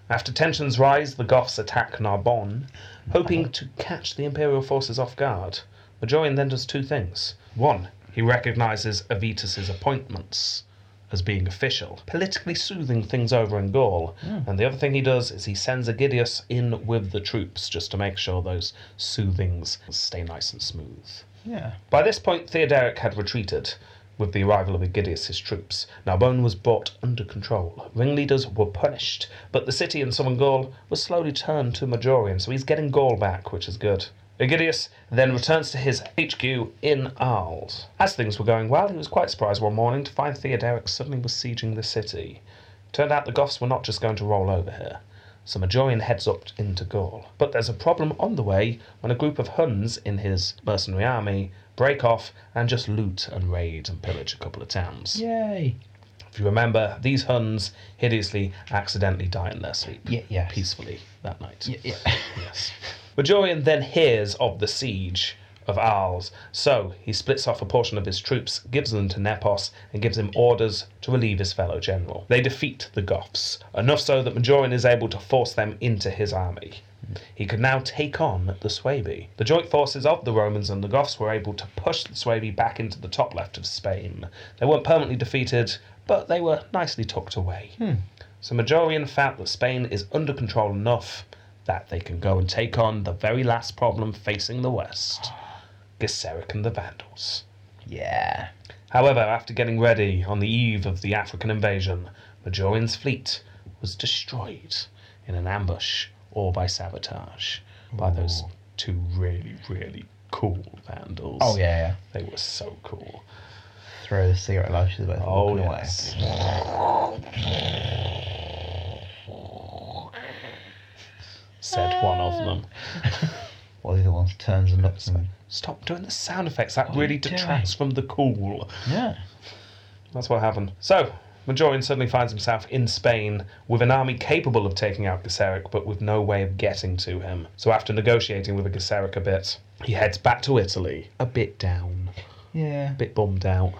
[SPEAKER 3] After tensions rise, the Goths attack Narbonne, hoping to catch the Imperial forces off guard. Majorian then does two things. One, he recognises Avitus's appointments as being official, politically soothing things over in Gaul. And the other thing he does is he sends Aegidius in with the troops just to make sure those soothings stay nice and smooth.
[SPEAKER 2] Yeah.
[SPEAKER 3] By this point, Theoderic had retreated with the arrival of Aegidius' troops. Narbonne was brought under control. Ringleaders were punished, but the city in southern Gaul was slowly turned to Majorian, so he's getting Gaul back, which is good. Aegidius then returns to his HQ in Arles. As things were going well, he was quite surprised one morning to find Theoderic suddenly was sieging the city. Turned out the Goths were not just going to roll over here. So Majorian heads up into Gaul. But there's a problem on the way when a group of Huns in his mercenary army break off and just loot and raid and pillage a couple of towns.
[SPEAKER 2] Yay.
[SPEAKER 3] If you remember, these Huns hideously accidentally die in their sleep.
[SPEAKER 2] Yeah, yes.
[SPEAKER 3] Peacefully that night.
[SPEAKER 2] Yeah. yeah.
[SPEAKER 3] Yes. Majorian then hears of the siege of Arles, so he splits off a portion of his troops, gives them to Nepos, and gives him orders to relieve his fellow general. They defeat the Goths, enough so that Majorian is able to force them into his army. He could now take on the Suebi. The joint forces of the Romans and the Goths were able to push the Suebi back into the top left of Spain. They weren't permanently defeated, but they were nicely tucked away. So Majorian felt that Spain is under control enough that they can go and take on the very last problem facing the West Gesseric and the Vandals.
[SPEAKER 2] yeah.
[SPEAKER 3] However, after getting ready on the eve of the African invasion, Majorian's fleet was destroyed in an ambush or by sabotage by those
[SPEAKER 2] Ooh.
[SPEAKER 3] two really, really cool Vandals.
[SPEAKER 2] Oh yeah.
[SPEAKER 3] They were so cool.
[SPEAKER 2] yeah. Throw the cigarette lighter to both
[SPEAKER 3] Oh,
[SPEAKER 2] walking
[SPEAKER 3] yes. Said one of them.
[SPEAKER 2] away. While the other one turns and looks and
[SPEAKER 3] Stop doing the sound effects. That
[SPEAKER 2] are
[SPEAKER 3] really
[SPEAKER 2] you doing?
[SPEAKER 3] detracts from the cool.
[SPEAKER 2] Yeah.
[SPEAKER 3] That's what happened. So, Majorian suddenly finds himself in Spain with an army capable of taking out Gesseric, but with no way of getting to him. So, after negotiating with Gesseric a bit, he heads back to Italy, a bit down,
[SPEAKER 2] Yeah.
[SPEAKER 3] a bit bummed out.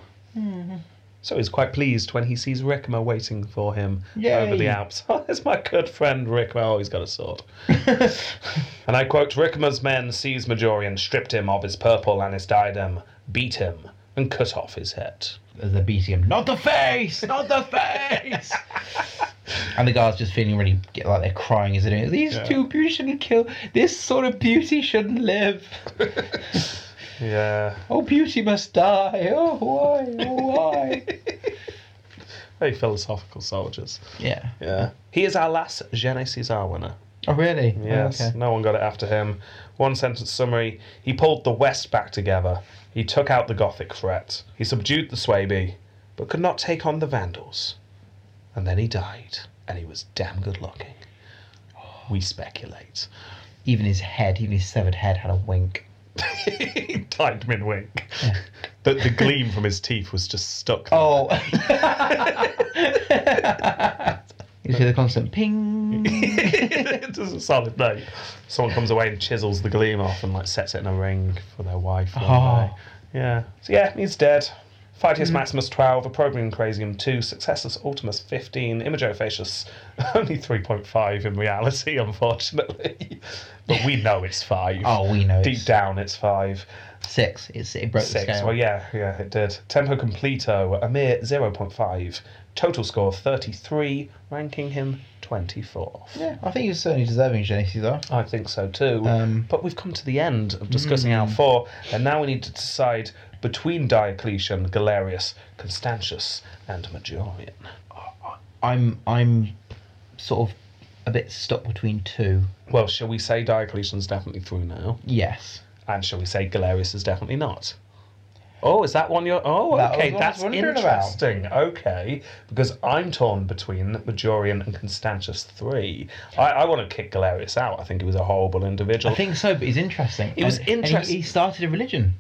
[SPEAKER 3] So he's quite pleased when he sees Rikma waiting for him over
[SPEAKER 2] Yay.
[SPEAKER 3] the Alps. Oh, there's my good friend Rikma. Oh, he's got a sword. and I quote Rikma's men seized Majorian, stripped him of his purple and his diadem, beat him, and cut off his head.
[SPEAKER 2] As they're beating him, not the face, not the face. and the guys just feeling really get, like they're crying as they do it. These
[SPEAKER 3] Yeah.
[SPEAKER 2] two beauty shouldn't kill. This sort of beauty shouldn't live.
[SPEAKER 3] Yeah.
[SPEAKER 2] Oh, beauty must die. Oh, why? Oh, why?
[SPEAKER 3] Very philosophical soldiers.
[SPEAKER 2] yeah.
[SPEAKER 3] Yeah. He is our last Gene Cesar winner.
[SPEAKER 2] Oh, really? Oh,
[SPEAKER 3] Yes,
[SPEAKER 2] okay.
[SPEAKER 3] no one got it after him. One sentence summary He pulled the West back together. He took out the Gothic threat. He subdued the Swaby, but could not take on the Vandals. And then he died, and he was damn good looking. We speculate.
[SPEAKER 2] Even his head, even his severed head, had a wink.
[SPEAKER 3] he died mid wink. The, the gleam from his teeth was just stuck. there.
[SPEAKER 2] Oh. you see the constant ping.
[SPEAKER 3] it doesn't solid no. Someone comes away and chisels the gleam off and like sets it in a ring for their wife. one
[SPEAKER 2] Oh.
[SPEAKER 3] day. Yeah. So yeah, he's dead. Phytius Maximus 12, Opprobrium Crasium 2, Successus Ultimus 15, Imago Facius only 3.5 in reality, unfortunately. but we know it's 5.
[SPEAKER 2] Oh, we know.
[SPEAKER 3] Deep
[SPEAKER 2] it's
[SPEAKER 3] down, it's 5.
[SPEAKER 2] Six. It's, it broke the
[SPEAKER 3] 6.
[SPEAKER 2] scale.
[SPEAKER 3] Well, yeah, yeah, it did. Tempo Completo, a mere 0.5. Total score 33, ranking him 24th.
[SPEAKER 2] Yeah, I think he's certainly deserving, Genesis, though.
[SPEAKER 3] I think so too.
[SPEAKER 2] Um, mm.
[SPEAKER 3] but we've come to the end of discussing our four, and now we need to decide between Diocletian, Galerius, Constantius, and Majorian.
[SPEAKER 2] I'm I'm sort of a bit stuck between two.
[SPEAKER 3] Well, shall we say Diocletian's definitely through now?
[SPEAKER 2] Yes.
[SPEAKER 3] And shall we say Galerius is definitely not? Oh, is that one you're. Oh,
[SPEAKER 2] That was
[SPEAKER 3] okay,
[SPEAKER 2] what I was
[SPEAKER 3] that's
[SPEAKER 2] wondering about.
[SPEAKER 3] interesting. Okay, because I'm torn between Majorian and Constantius 3. I, I want to kick Galerius out. I think he was a horrible individual.
[SPEAKER 2] I think so, but it's interesting.
[SPEAKER 3] It was
[SPEAKER 2] And- and he-
[SPEAKER 3] interest-
[SPEAKER 2] he, started a religion.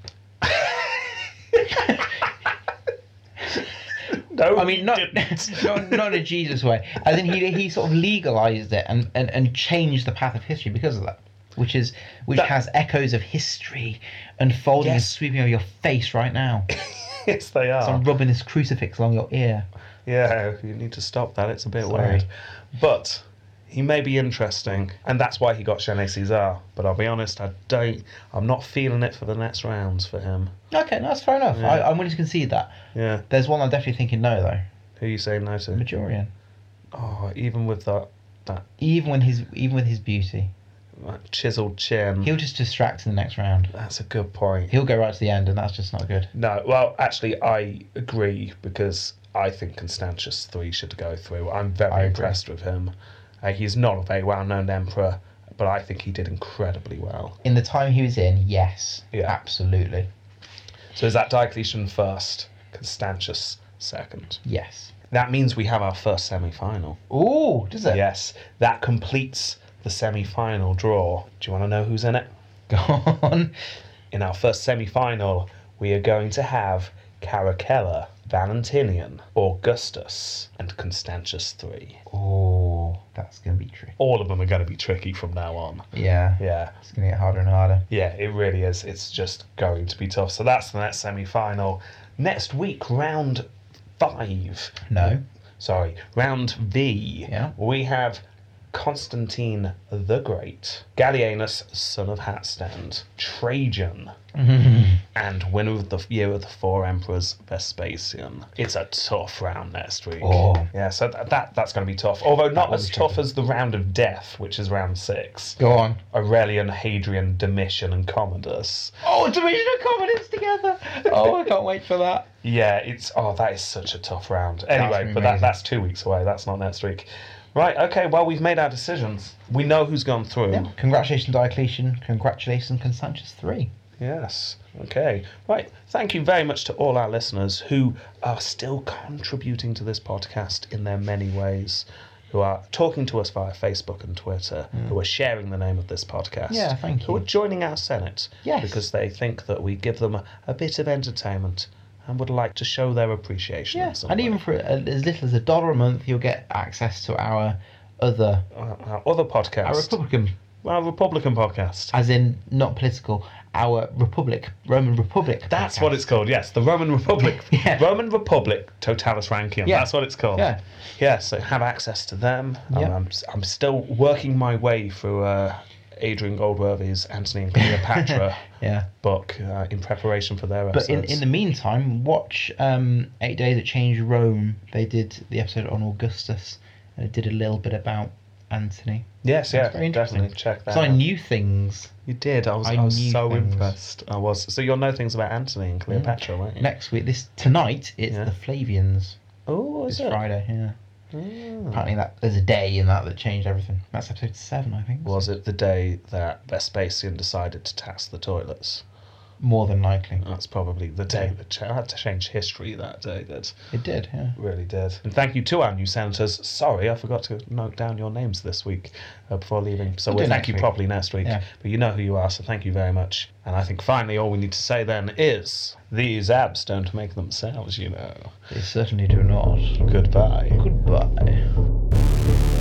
[SPEAKER 3] no,
[SPEAKER 2] I mean, not,
[SPEAKER 3] didn't.
[SPEAKER 2] not not in a Jesus way. As in, he he sort of legalized it and, and, and changed the path of history because of that, which is which
[SPEAKER 3] That-
[SPEAKER 2] has echoes of history unfolding and
[SPEAKER 3] Yes.
[SPEAKER 2] sweeping over your face right now.
[SPEAKER 3] yes, they are.
[SPEAKER 2] So I'm rubbing this crucifix along your ear.
[SPEAKER 3] Yeah, you need to stop that. It's a bit
[SPEAKER 2] Sorry.
[SPEAKER 3] weird. But he may be interesting, and that's why he got Chenet Cesar. But I'll be honest, I don't. I'm not feeling it for the next rounds for him.
[SPEAKER 2] Okay, no, that's fair enough.
[SPEAKER 3] Yeah.
[SPEAKER 2] I, I'm willing to concede that.
[SPEAKER 3] Yeah,
[SPEAKER 2] There's one I'm definitely thinking no though.
[SPEAKER 3] who you saying no to?
[SPEAKER 2] Majorian.
[SPEAKER 3] Oh, even with that that
[SPEAKER 2] Even when his even with his beauty.
[SPEAKER 3] that chiseled chin.
[SPEAKER 2] He'll just distract in the next round.
[SPEAKER 3] That's a good point.
[SPEAKER 2] He'll go right to the end, and that's just not good.
[SPEAKER 3] No, well, actually, I agree because I think Constantius three should go through. I'm
[SPEAKER 2] I
[SPEAKER 3] very
[SPEAKER 2] agree.
[SPEAKER 3] impressed with him. Uh, he's not a very well-known emperor, but I think he did incredibly well.
[SPEAKER 2] In the time he was in, yes,
[SPEAKER 3] Yeah.
[SPEAKER 2] absolutely,
[SPEAKER 3] So is that Diocletian first, Constantius second?
[SPEAKER 2] yes.
[SPEAKER 3] That means we have our first semi final.
[SPEAKER 2] Ooh, does it?
[SPEAKER 3] Yes, that completes the semi final draw. Do you want to know who's in it?
[SPEAKER 2] Go on.
[SPEAKER 3] In our first semi final, we are going to have Caracalla, Valentinian, Augustus, and Constantius III.
[SPEAKER 2] Ooh, that's gonna be tricky.
[SPEAKER 3] All of them are going to be tricky from now on.
[SPEAKER 2] Yeah.
[SPEAKER 3] Yeah.
[SPEAKER 2] It's gonna get harder and harder.
[SPEAKER 3] Yeah, it really is. It's just going to be tough. So that's the next semi final. Next week, round five.
[SPEAKER 2] No.
[SPEAKER 3] sorry, round V,
[SPEAKER 2] Yeah.
[SPEAKER 3] we have Constantine the Great, Gallienus, son of Hatstand, Trajan, and winner of the year of the four emperors, Vespasian. It's a tough round next week.
[SPEAKER 2] Oh.
[SPEAKER 3] Yeah, so th- that that's going to be tough. Although not
[SPEAKER 2] one's
[SPEAKER 3] as tough
[SPEAKER 2] tricky.
[SPEAKER 3] as the round of death, which is round six.
[SPEAKER 2] Go on.
[SPEAKER 3] Aurelian, Hadrian, Domitian, and Commodus.
[SPEAKER 2] Oh, divisional confidence together. Oh, I can't wait for that.
[SPEAKER 3] Yeah, it's oh, that is such a tough round. Anyway,
[SPEAKER 2] gonna be
[SPEAKER 3] but that,
[SPEAKER 2] amazing.
[SPEAKER 3] that's two weeks away. That's not next week. Right. Okay. Well, we've made our decisions. We know who's gone through.
[SPEAKER 2] Yeah. Congratulations, Diocletian. Congratulations, Constantius three.
[SPEAKER 3] Yes. Okay. Right. Thank you very much to all our listeners who are still contributing to this podcast in their many ways, who are talking to us via Facebook and Twitter, who are sharing the name of this podcast.
[SPEAKER 2] Hmm. Yeah, thank
[SPEAKER 3] Who are
[SPEAKER 2] you.
[SPEAKER 3] joining our Senate
[SPEAKER 2] Yes.
[SPEAKER 3] because they think that we give them a, a bit of entertainment and would like to show their appreciation. in
[SPEAKER 2] Yeah.
[SPEAKER 3] some
[SPEAKER 2] And
[SPEAKER 3] way.
[SPEAKER 2] even for uh, as little as a dollar a month, you'll get access to our other
[SPEAKER 5] uh,
[SPEAKER 3] our, our other
[SPEAKER 2] our
[SPEAKER 3] podcast,
[SPEAKER 2] Republican
[SPEAKER 3] our Republican podcast.
[SPEAKER 2] as in not political, our republic, Roman Republic.
[SPEAKER 5] That's
[SPEAKER 2] podcast.
[SPEAKER 5] what it's called. Yes, the Roman Republic.
[SPEAKER 2] Yeah.
[SPEAKER 5] Roman Republic Totalis Rankium.
[SPEAKER 2] Yeah.
[SPEAKER 5] That's what it's called.
[SPEAKER 2] Yeah.
[SPEAKER 5] Yeah. So have access to them. Um,
[SPEAKER 2] Yeah.
[SPEAKER 5] I'm, I'm still working my way through uh, Adrian Goldworthy's Antony and Cleopatra
[SPEAKER 2] Yeah.
[SPEAKER 5] book uh, in preparation for their
[SPEAKER 2] But
[SPEAKER 5] episodes.
[SPEAKER 2] in, in the meantime, watch um, Eight Days That Changed Rome. They did the episode on Augustus and it did a little bit about Antony.
[SPEAKER 5] yes, yeah,
[SPEAKER 2] very interesting.
[SPEAKER 5] definitely check that.
[SPEAKER 2] So I
[SPEAKER 5] out.
[SPEAKER 2] knew things.
[SPEAKER 5] you did. I was,
[SPEAKER 2] I
[SPEAKER 5] I was
[SPEAKER 2] knew
[SPEAKER 5] so
[SPEAKER 2] things.
[SPEAKER 5] impressed. I was. So you'll know things about Antony and Cleopatra, won't you?
[SPEAKER 2] Next week, this tonight, it's
[SPEAKER 5] Yeah.
[SPEAKER 2] the Flavians.
[SPEAKER 5] Oh, is
[SPEAKER 2] It's
[SPEAKER 5] it?
[SPEAKER 2] Friday, yeah.
[SPEAKER 5] Mm.
[SPEAKER 2] Apparently, that there's a day in that that changed everything. That's episode seven, I think.
[SPEAKER 5] Was it the day that Vespasian decided to tax the toilets?
[SPEAKER 2] More than likely,
[SPEAKER 5] That's probably the day that cha- had to change history that day. That
[SPEAKER 2] it did. Yeah.
[SPEAKER 5] really did. And thank you to our new senators. Sorry, I forgot to note down your names this week uh, before leaving. So
[SPEAKER 2] We'll
[SPEAKER 5] we'll,
[SPEAKER 2] do
[SPEAKER 5] thank
[SPEAKER 2] next
[SPEAKER 5] you
[SPEAKER 2] week.
[SPEAKER 5] properly next week.
[SPEAKER 2] Yeah.
[SPEAKER 5] But you know who you are, so thank you very much. And I think finally all we need to say then is these abs don't make themselves, you know.
[SPEAKER 2] They certainly do not.
[SPEAKER 5] Goodbye.
[SPEAKER 2] Goodbye.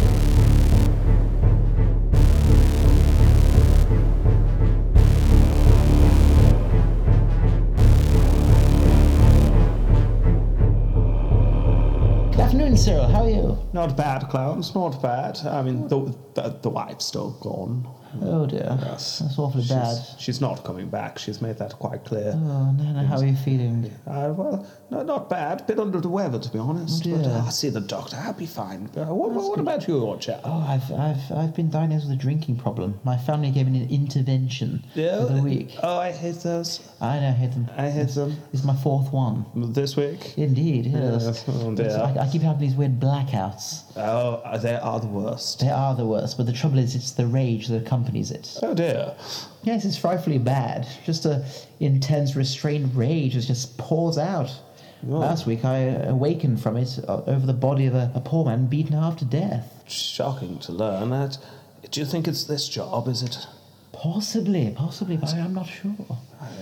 [SPEAKER 2] Good afternoon, Cyril. How are you?
[SPEAKER 3] Not bad, clowns, not bad. I mean, the, the, the wife's still gone.
[SPEAKER 2] Oh dear.
[SPEAKER 3] Yes.
[SPEAKER 2] That's awfully
[SPEAKER 3] she's,
[SPEAKER 2] bad.
[SPEAKER 3] She's not coming back. She's made that quite clear.
[SPEAKER 2] Oh, Nana, how are you feeling?
[SPEAKER 3] Uh, well, no, not bad. Bit under the weather, to be honest. But
[SPEAKER 2] Oh, dear.
[SPEAKER 3] uh, I'll see the doctor. I'll be fine. Uh, what what about you, old chap?
[SPEAKER 2] Oh, I've, I've, I've been diagnosed with a drinking problem. My family gave me an intervention
[SPEAKER 3] Yeah,
[SPEAKER 2] for the week.
[SPEAKER 3] Oh, I hate those.
[SPEAKER 2] I know, I hate them.
[SPEAKER 3] I hate them.
[SPEAKER 2] This is my fourth one.
[SPEAKER 3] This week?
[SPEAKER 2] Indeed, yes.
[SPEAKER 3] Yes, oh dear.
[SPEAKER 2] I, I keep having these weird blackouts.
[SPEAKER 3] Oh, they are the worst.
[SPEAKER 2] They are the worst, but the trouble is, it's the rage that accompanies it.
[SPEAKER 3] Oh, dear.
[SPEAKER 2] Yes, it's frightfully bad. Just a intense, restrained rage that just pours out. Last week, I awakened from it uh, over the body of a, a poor man beaten half to death.
[SPEAKER 3] Shocking to learn that. Do you think it's this job? Is it?
[SPEAKER 2] Possibly, possibly, but I- I'm not sure.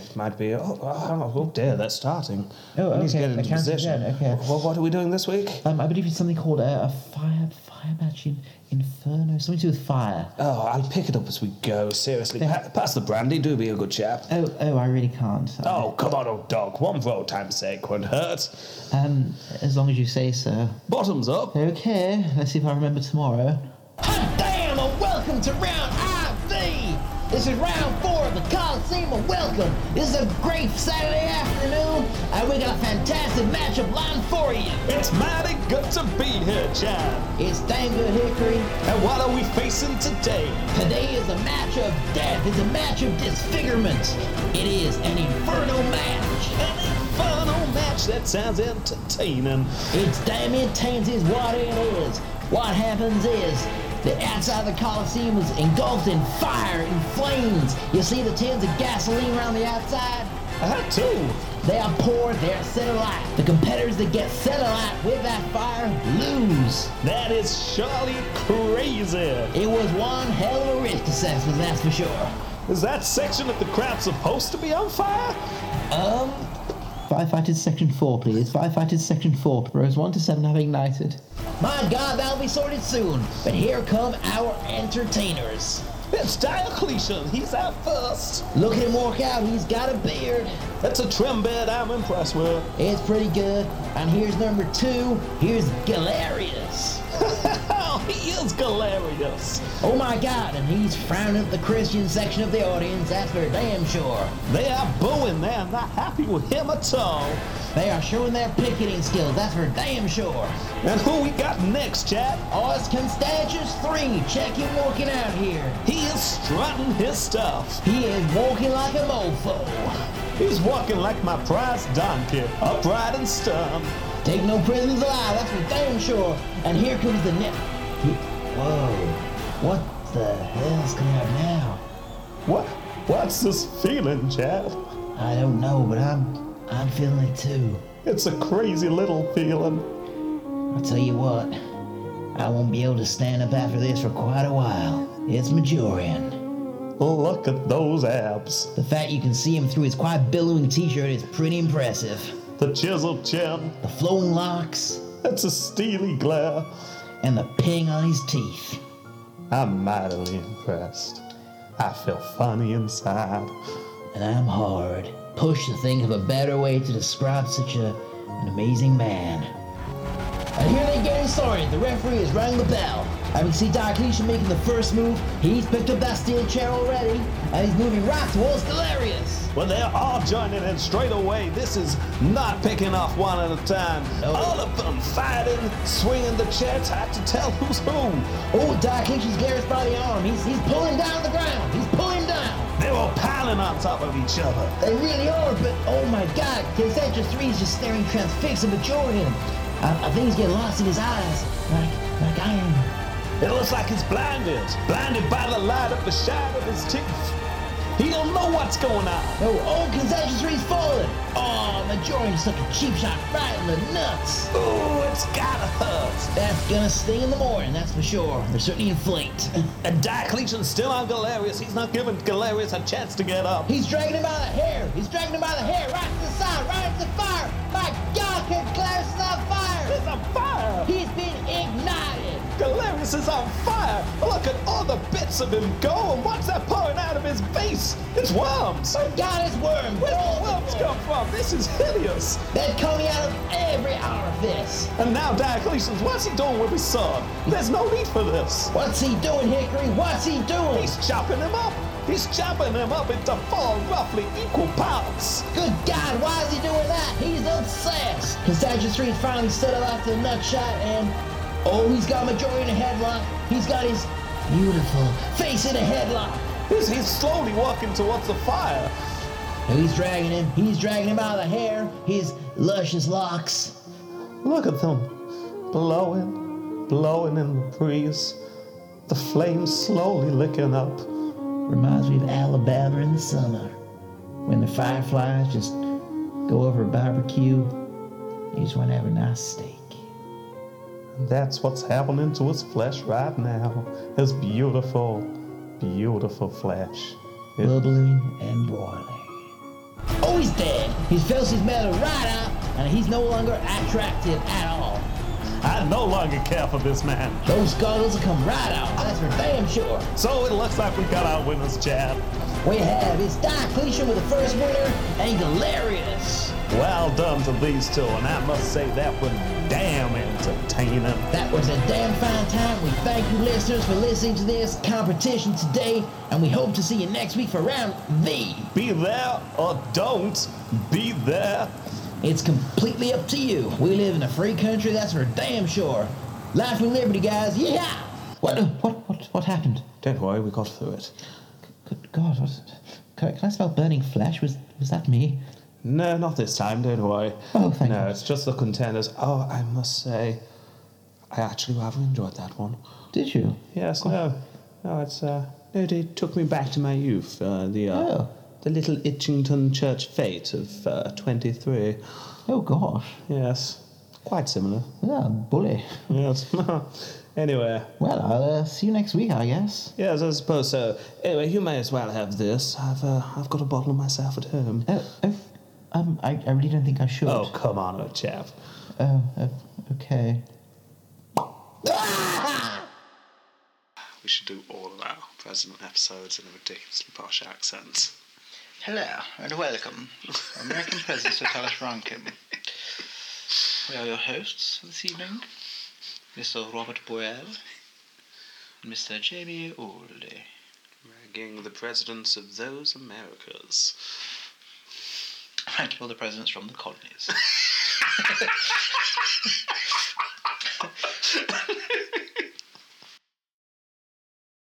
[SPEAKER 3] It might be. Oh, oh, oh dear, that's starting.
[SPEAKER 2] Oh,
[SPEAKER 3] I need to
[SPEAKER 2] okay,
[SPEAKER 3] get into
[SPEAKER 2] accounts
[SPEAKER 3] position.
[SPEAKER 2] again, okay.
[SPEAKER 3] Wh- what are we doing this week?
[SPEAKER 2] Um, I believe it's something called a, a fire, fire match in, inferno, something to do with fire.
[SPEAKER 3] Oh, I'll pick it up as we go. Seriously, pa- pass the brandy. Do be a good chap.
[SPEAKER 2] Oh, oh, I really can't.
[SPEAKER 3] Oh, come on, old dog. One for old time's sake. Won't hurt.
[SPEAKER 2] Um, as long as you say so.
[SPEAKER 3] Bottoms up.
[SPEAKER 2] Okay, let's see if I remember tomorrow.
[SPEAKER 6] Hot damn, and welcome to round IV! This is round four of the Coliseum of Welcome. This is a great Saturday afternoon, and we got a fantastic matchup lined for you.
[SPEAKER 3] It's mighty good to be here, Chad.
[SPEAKER 6] It's Dango Hickory.
[SPEAKER 3] And what are we facing today?
[SPEAKER 6] Today is a match of death. It's a match of disfigurement. It is an inferno match.
[SPEAKER 3] An infernal match that sounds entertaining.
[SPEAKER 6] It's Damien Tains is what it is. What happens is the outside of the Coliseum is engulfed in fire and flames. You see the tins of gasoline around the outside?
[SPEAKER 3] I too.
[SPEAKER 6] They are poor, they are set alight. The competitors that get set alight with that fire lose.
[SPEAKER 3] That is surely crazy.
[SPEAKER 6] It was one hell of a risk assessment, that's for sure.
[SPEAKER 3] Is that section of the crowd supposed to be on fire?
[SPEAKER 6] Um,
[SPEAKER 2] Firefighters section four, please. Firefighters section four. Rows one to seven have ignited.
[SPEAKER 6] my god, that'll be sorted soon. But here come our entertainers.
[SPEAKER 3] It's Diocletian. He's out first.
[SPEAKER 6] Look at him walk out, he's got a beard.
[SPEAKER 3] That's a trim bed I'm impressed with.
[SPEAKER 6] It's pretty good. And here's number two, here's Galerius.
[SPEAKER 3] Oh, he is hilarious.
[SPEAKER 6] Oh my god, and he's frowning at the Christian section of the audience, that's for damn sure.
[SPEAKER 3] They are booing. They are not happy with him at all.
[SPEAKER 6] They are showing their picketing skills, that's for damn sure.
[SPEAKER 3] And who we got next, Chad?
[SPEAKER 6] Oh, it's Constantius 3. Check him walking out here.
[SPEAKER 3] He is strutting his stuff.
[SPEAKER 6] He is walking like a mofo.
[SPEAKER 3] He's walking like my prize donkey, upright and stern.
[SPEAKER 6] Take no prisoners alive, that's for damn sure. And here comes the net. Whoa. What the hell's coming out now?
[SPEAKER 3] What? What's this feeling, Chad?
[SPEAKER 6] I don't know, but I'm I'm feeling it too.
[SPEAKER 3] It's a crazy little feeling.
[SPEAKER 6] I'll tell you what, I won't be able to stand up after this for quite a while. It's Majorian.
[SPEAKER 3] Look at those abs.
[SPEAKER 6] The fact you can see him through his quite billowing t-shirt is pretty impressive.
[SPEAKER 3] The chiseled chin.
[SPEAKER 6] The flowing locks
[SPEAKER 3] That's a steely glare.
[SPEAKER 6] and the ping on his teeth.
[SPEAKER 3] I'm mightily impressed. I feel funny inside.
[SPEAKER 6] and I'm hard. Push to think of a better way to describe such a, an amazing man. And here they get started. The referee has rang the bell. I can see Diocletian making the first move. He's picked up that steel chair already, and he's moving right towards Delirious.
[SPEAKER 3] Well, they're all joining in straight away. This is not picking off one at a time.
[SPEAKER 6] No.
[SPEAKER 3] All of them fighting, swinging the chair. It's hard to tell who's who.
[SPEAKER 6] Oh, Diocletian's Gareth by the arm. He's, he's pulling down the ground. He's pulling down.
[SPEAKER 3] They were piling on top of each other.
[SPEAKER 6] They really are, but oh my god, Concentra 3 is just staring transfixed and adoring him. I, I think he's getting lost in his eyes, like, like I am.
[SPEAKER 3] It looks like he's blinded, blinded by the light of the shine of his teeth. He don't know what's going on.
[SPEAKER 6] No, oh, concession three's falling. Oh, Majorian just took a cheap shot right in the nuts.
[SPEAKER 3] Ooh, it's gotta hurt.
[SPEAKER 6] That's gonna sting in the morning, that's for sure. They're certainly inflate.
[SPEAKER 3] And Diocletian's still on Galerius. He's not giving Galerius a chance to get up.
[SPEAKER 6] He's dragging him by the hair. He's dragging him by the hair right to the side, right into the fire. My God, can Clarence is on fire.
[SPEAKER 3] He's on fire.
[SPEAKER 6] He's been ignited.
[SPEAKER 3] Galerius is on fire. Look at all the bits of him go. And what's that pouring out of his face? It's worms.
[SPEAKER 6] God is worm.
[SPEAKER 3] Where did worms come from? This is hideous.
[SPEAKER 6] They're coming out of every orifice.
[SPEAKER 3] And now Diocletian's, what's he doing with his sword? There's no need for this.
[SPEAKER 6] What's he doing, Hickory? What's he doing?
[SPEAKER 3] He's chopping him up. He's chopping him up into four roughly equal parts.
[SPEAKER 6] Good God, why is he doing that? He's obsessed. Constantius Reed finally settled after the nut shot and oh, he's got Majorian in a headlock. He's got his beautiful face in a headlock.
[SPEAKER 3] He's, he's slowly walking towards the fire.
[SPEAKER 6] And he's dragging him. He's dragging him out of the hair. His luscious locks.
[SPEAKER 3] Look at them, blowing, blowing in the breeze. The flames slowly licking up.
[SPEAKER 6] Reminds me of Alabama in the summer, when the fireflies just go over a barbecue. You just want to have a nice steak.
[SPEAKER 3] And that's what's happening to his flesh right now. His beautiful, beautiful flesh. It-
[SPEAKER 6] bubbling and boiling. Oh, he's dead. He fills his metal right out, and he's no longer attractive at all.
[SPEAKER 3] I no longer care for this man.
[SPEAKER 6] Those goggles will come right out, that's for damn sure.
[SPEAKER 3] So it looks like we got our winners, Chad.
[SPEAKER 6] We have his Diocletian with the first winner, and Galerius.
[SPEAKER 3] Well done to these two, and I must say that was damn entertaining.
[SPEAKER 6] That was a damn fine time. We thank you, listeners, for listening to this competition today, and we hope to see you next week for round V.
[SPEAKER 3] Be there or don't be there.
[SPEAKER 6] It's completely up to you. We live in a free country, that's for damn sure. Life and liberty, guys. Yeah. What? What? What? What happened?
[SPEAKER 3] Don't worry, we got through it.
[SPEAKER 6] Good God! What, can, I, can I smell burning flesh? Was was that me?
[SPEAKER 3] No, not this time, don't worry.
[SPEAKER 6] Oh, thank
[SPEAKER 3] No,
[SPEAKER 6] God.
[SPEAKER 3] it's just the contenders. Oh, I must say, I actually rather enjoyed that one.
[SPEAKER 6] Did you?
[SPEAKER 3] Yes, no. No, it's, uh, it, it took me back to my youth, uh, the, uh,
[SPEAKER 6] Oh.
[SPEAKER 3] the little Itchington church fete of uh, 23.
[SPEAKER 6] Oh gosh.
[SPEAKER 3] Yes, quite similar.
[SPEAKER 6] Yeah, bully.
[SPEAKER 3] Yes. anyway,
[SPEAKER 6] Well, I'll uh, see you next week, I guess.
[SPEAKER 3] yes, I suppose so. Anyway, you may as well have this. I've uh, I've got a bottle of myself at home.
[SPEAKER 6] Oh, oh um, I, I really don't think I should.
[SPEAKER 3] Oh, come on, old chap.
[SPEAKER 6] Oh, oh, okay.
[SPEAKER 7] We should do all of our present episodes in a ridiculously posh accent.
[SPEAKER 2] Hello and welcome. American Presence with Alice Rankin. We are your hosts this evening, Mr. Robert Boyle and Mr. Jamie Oldie.
[SPEAKER 7] Ragging the presidents of those Americas.
[SPEAKER 2] Ranking all the presidents from the colonies.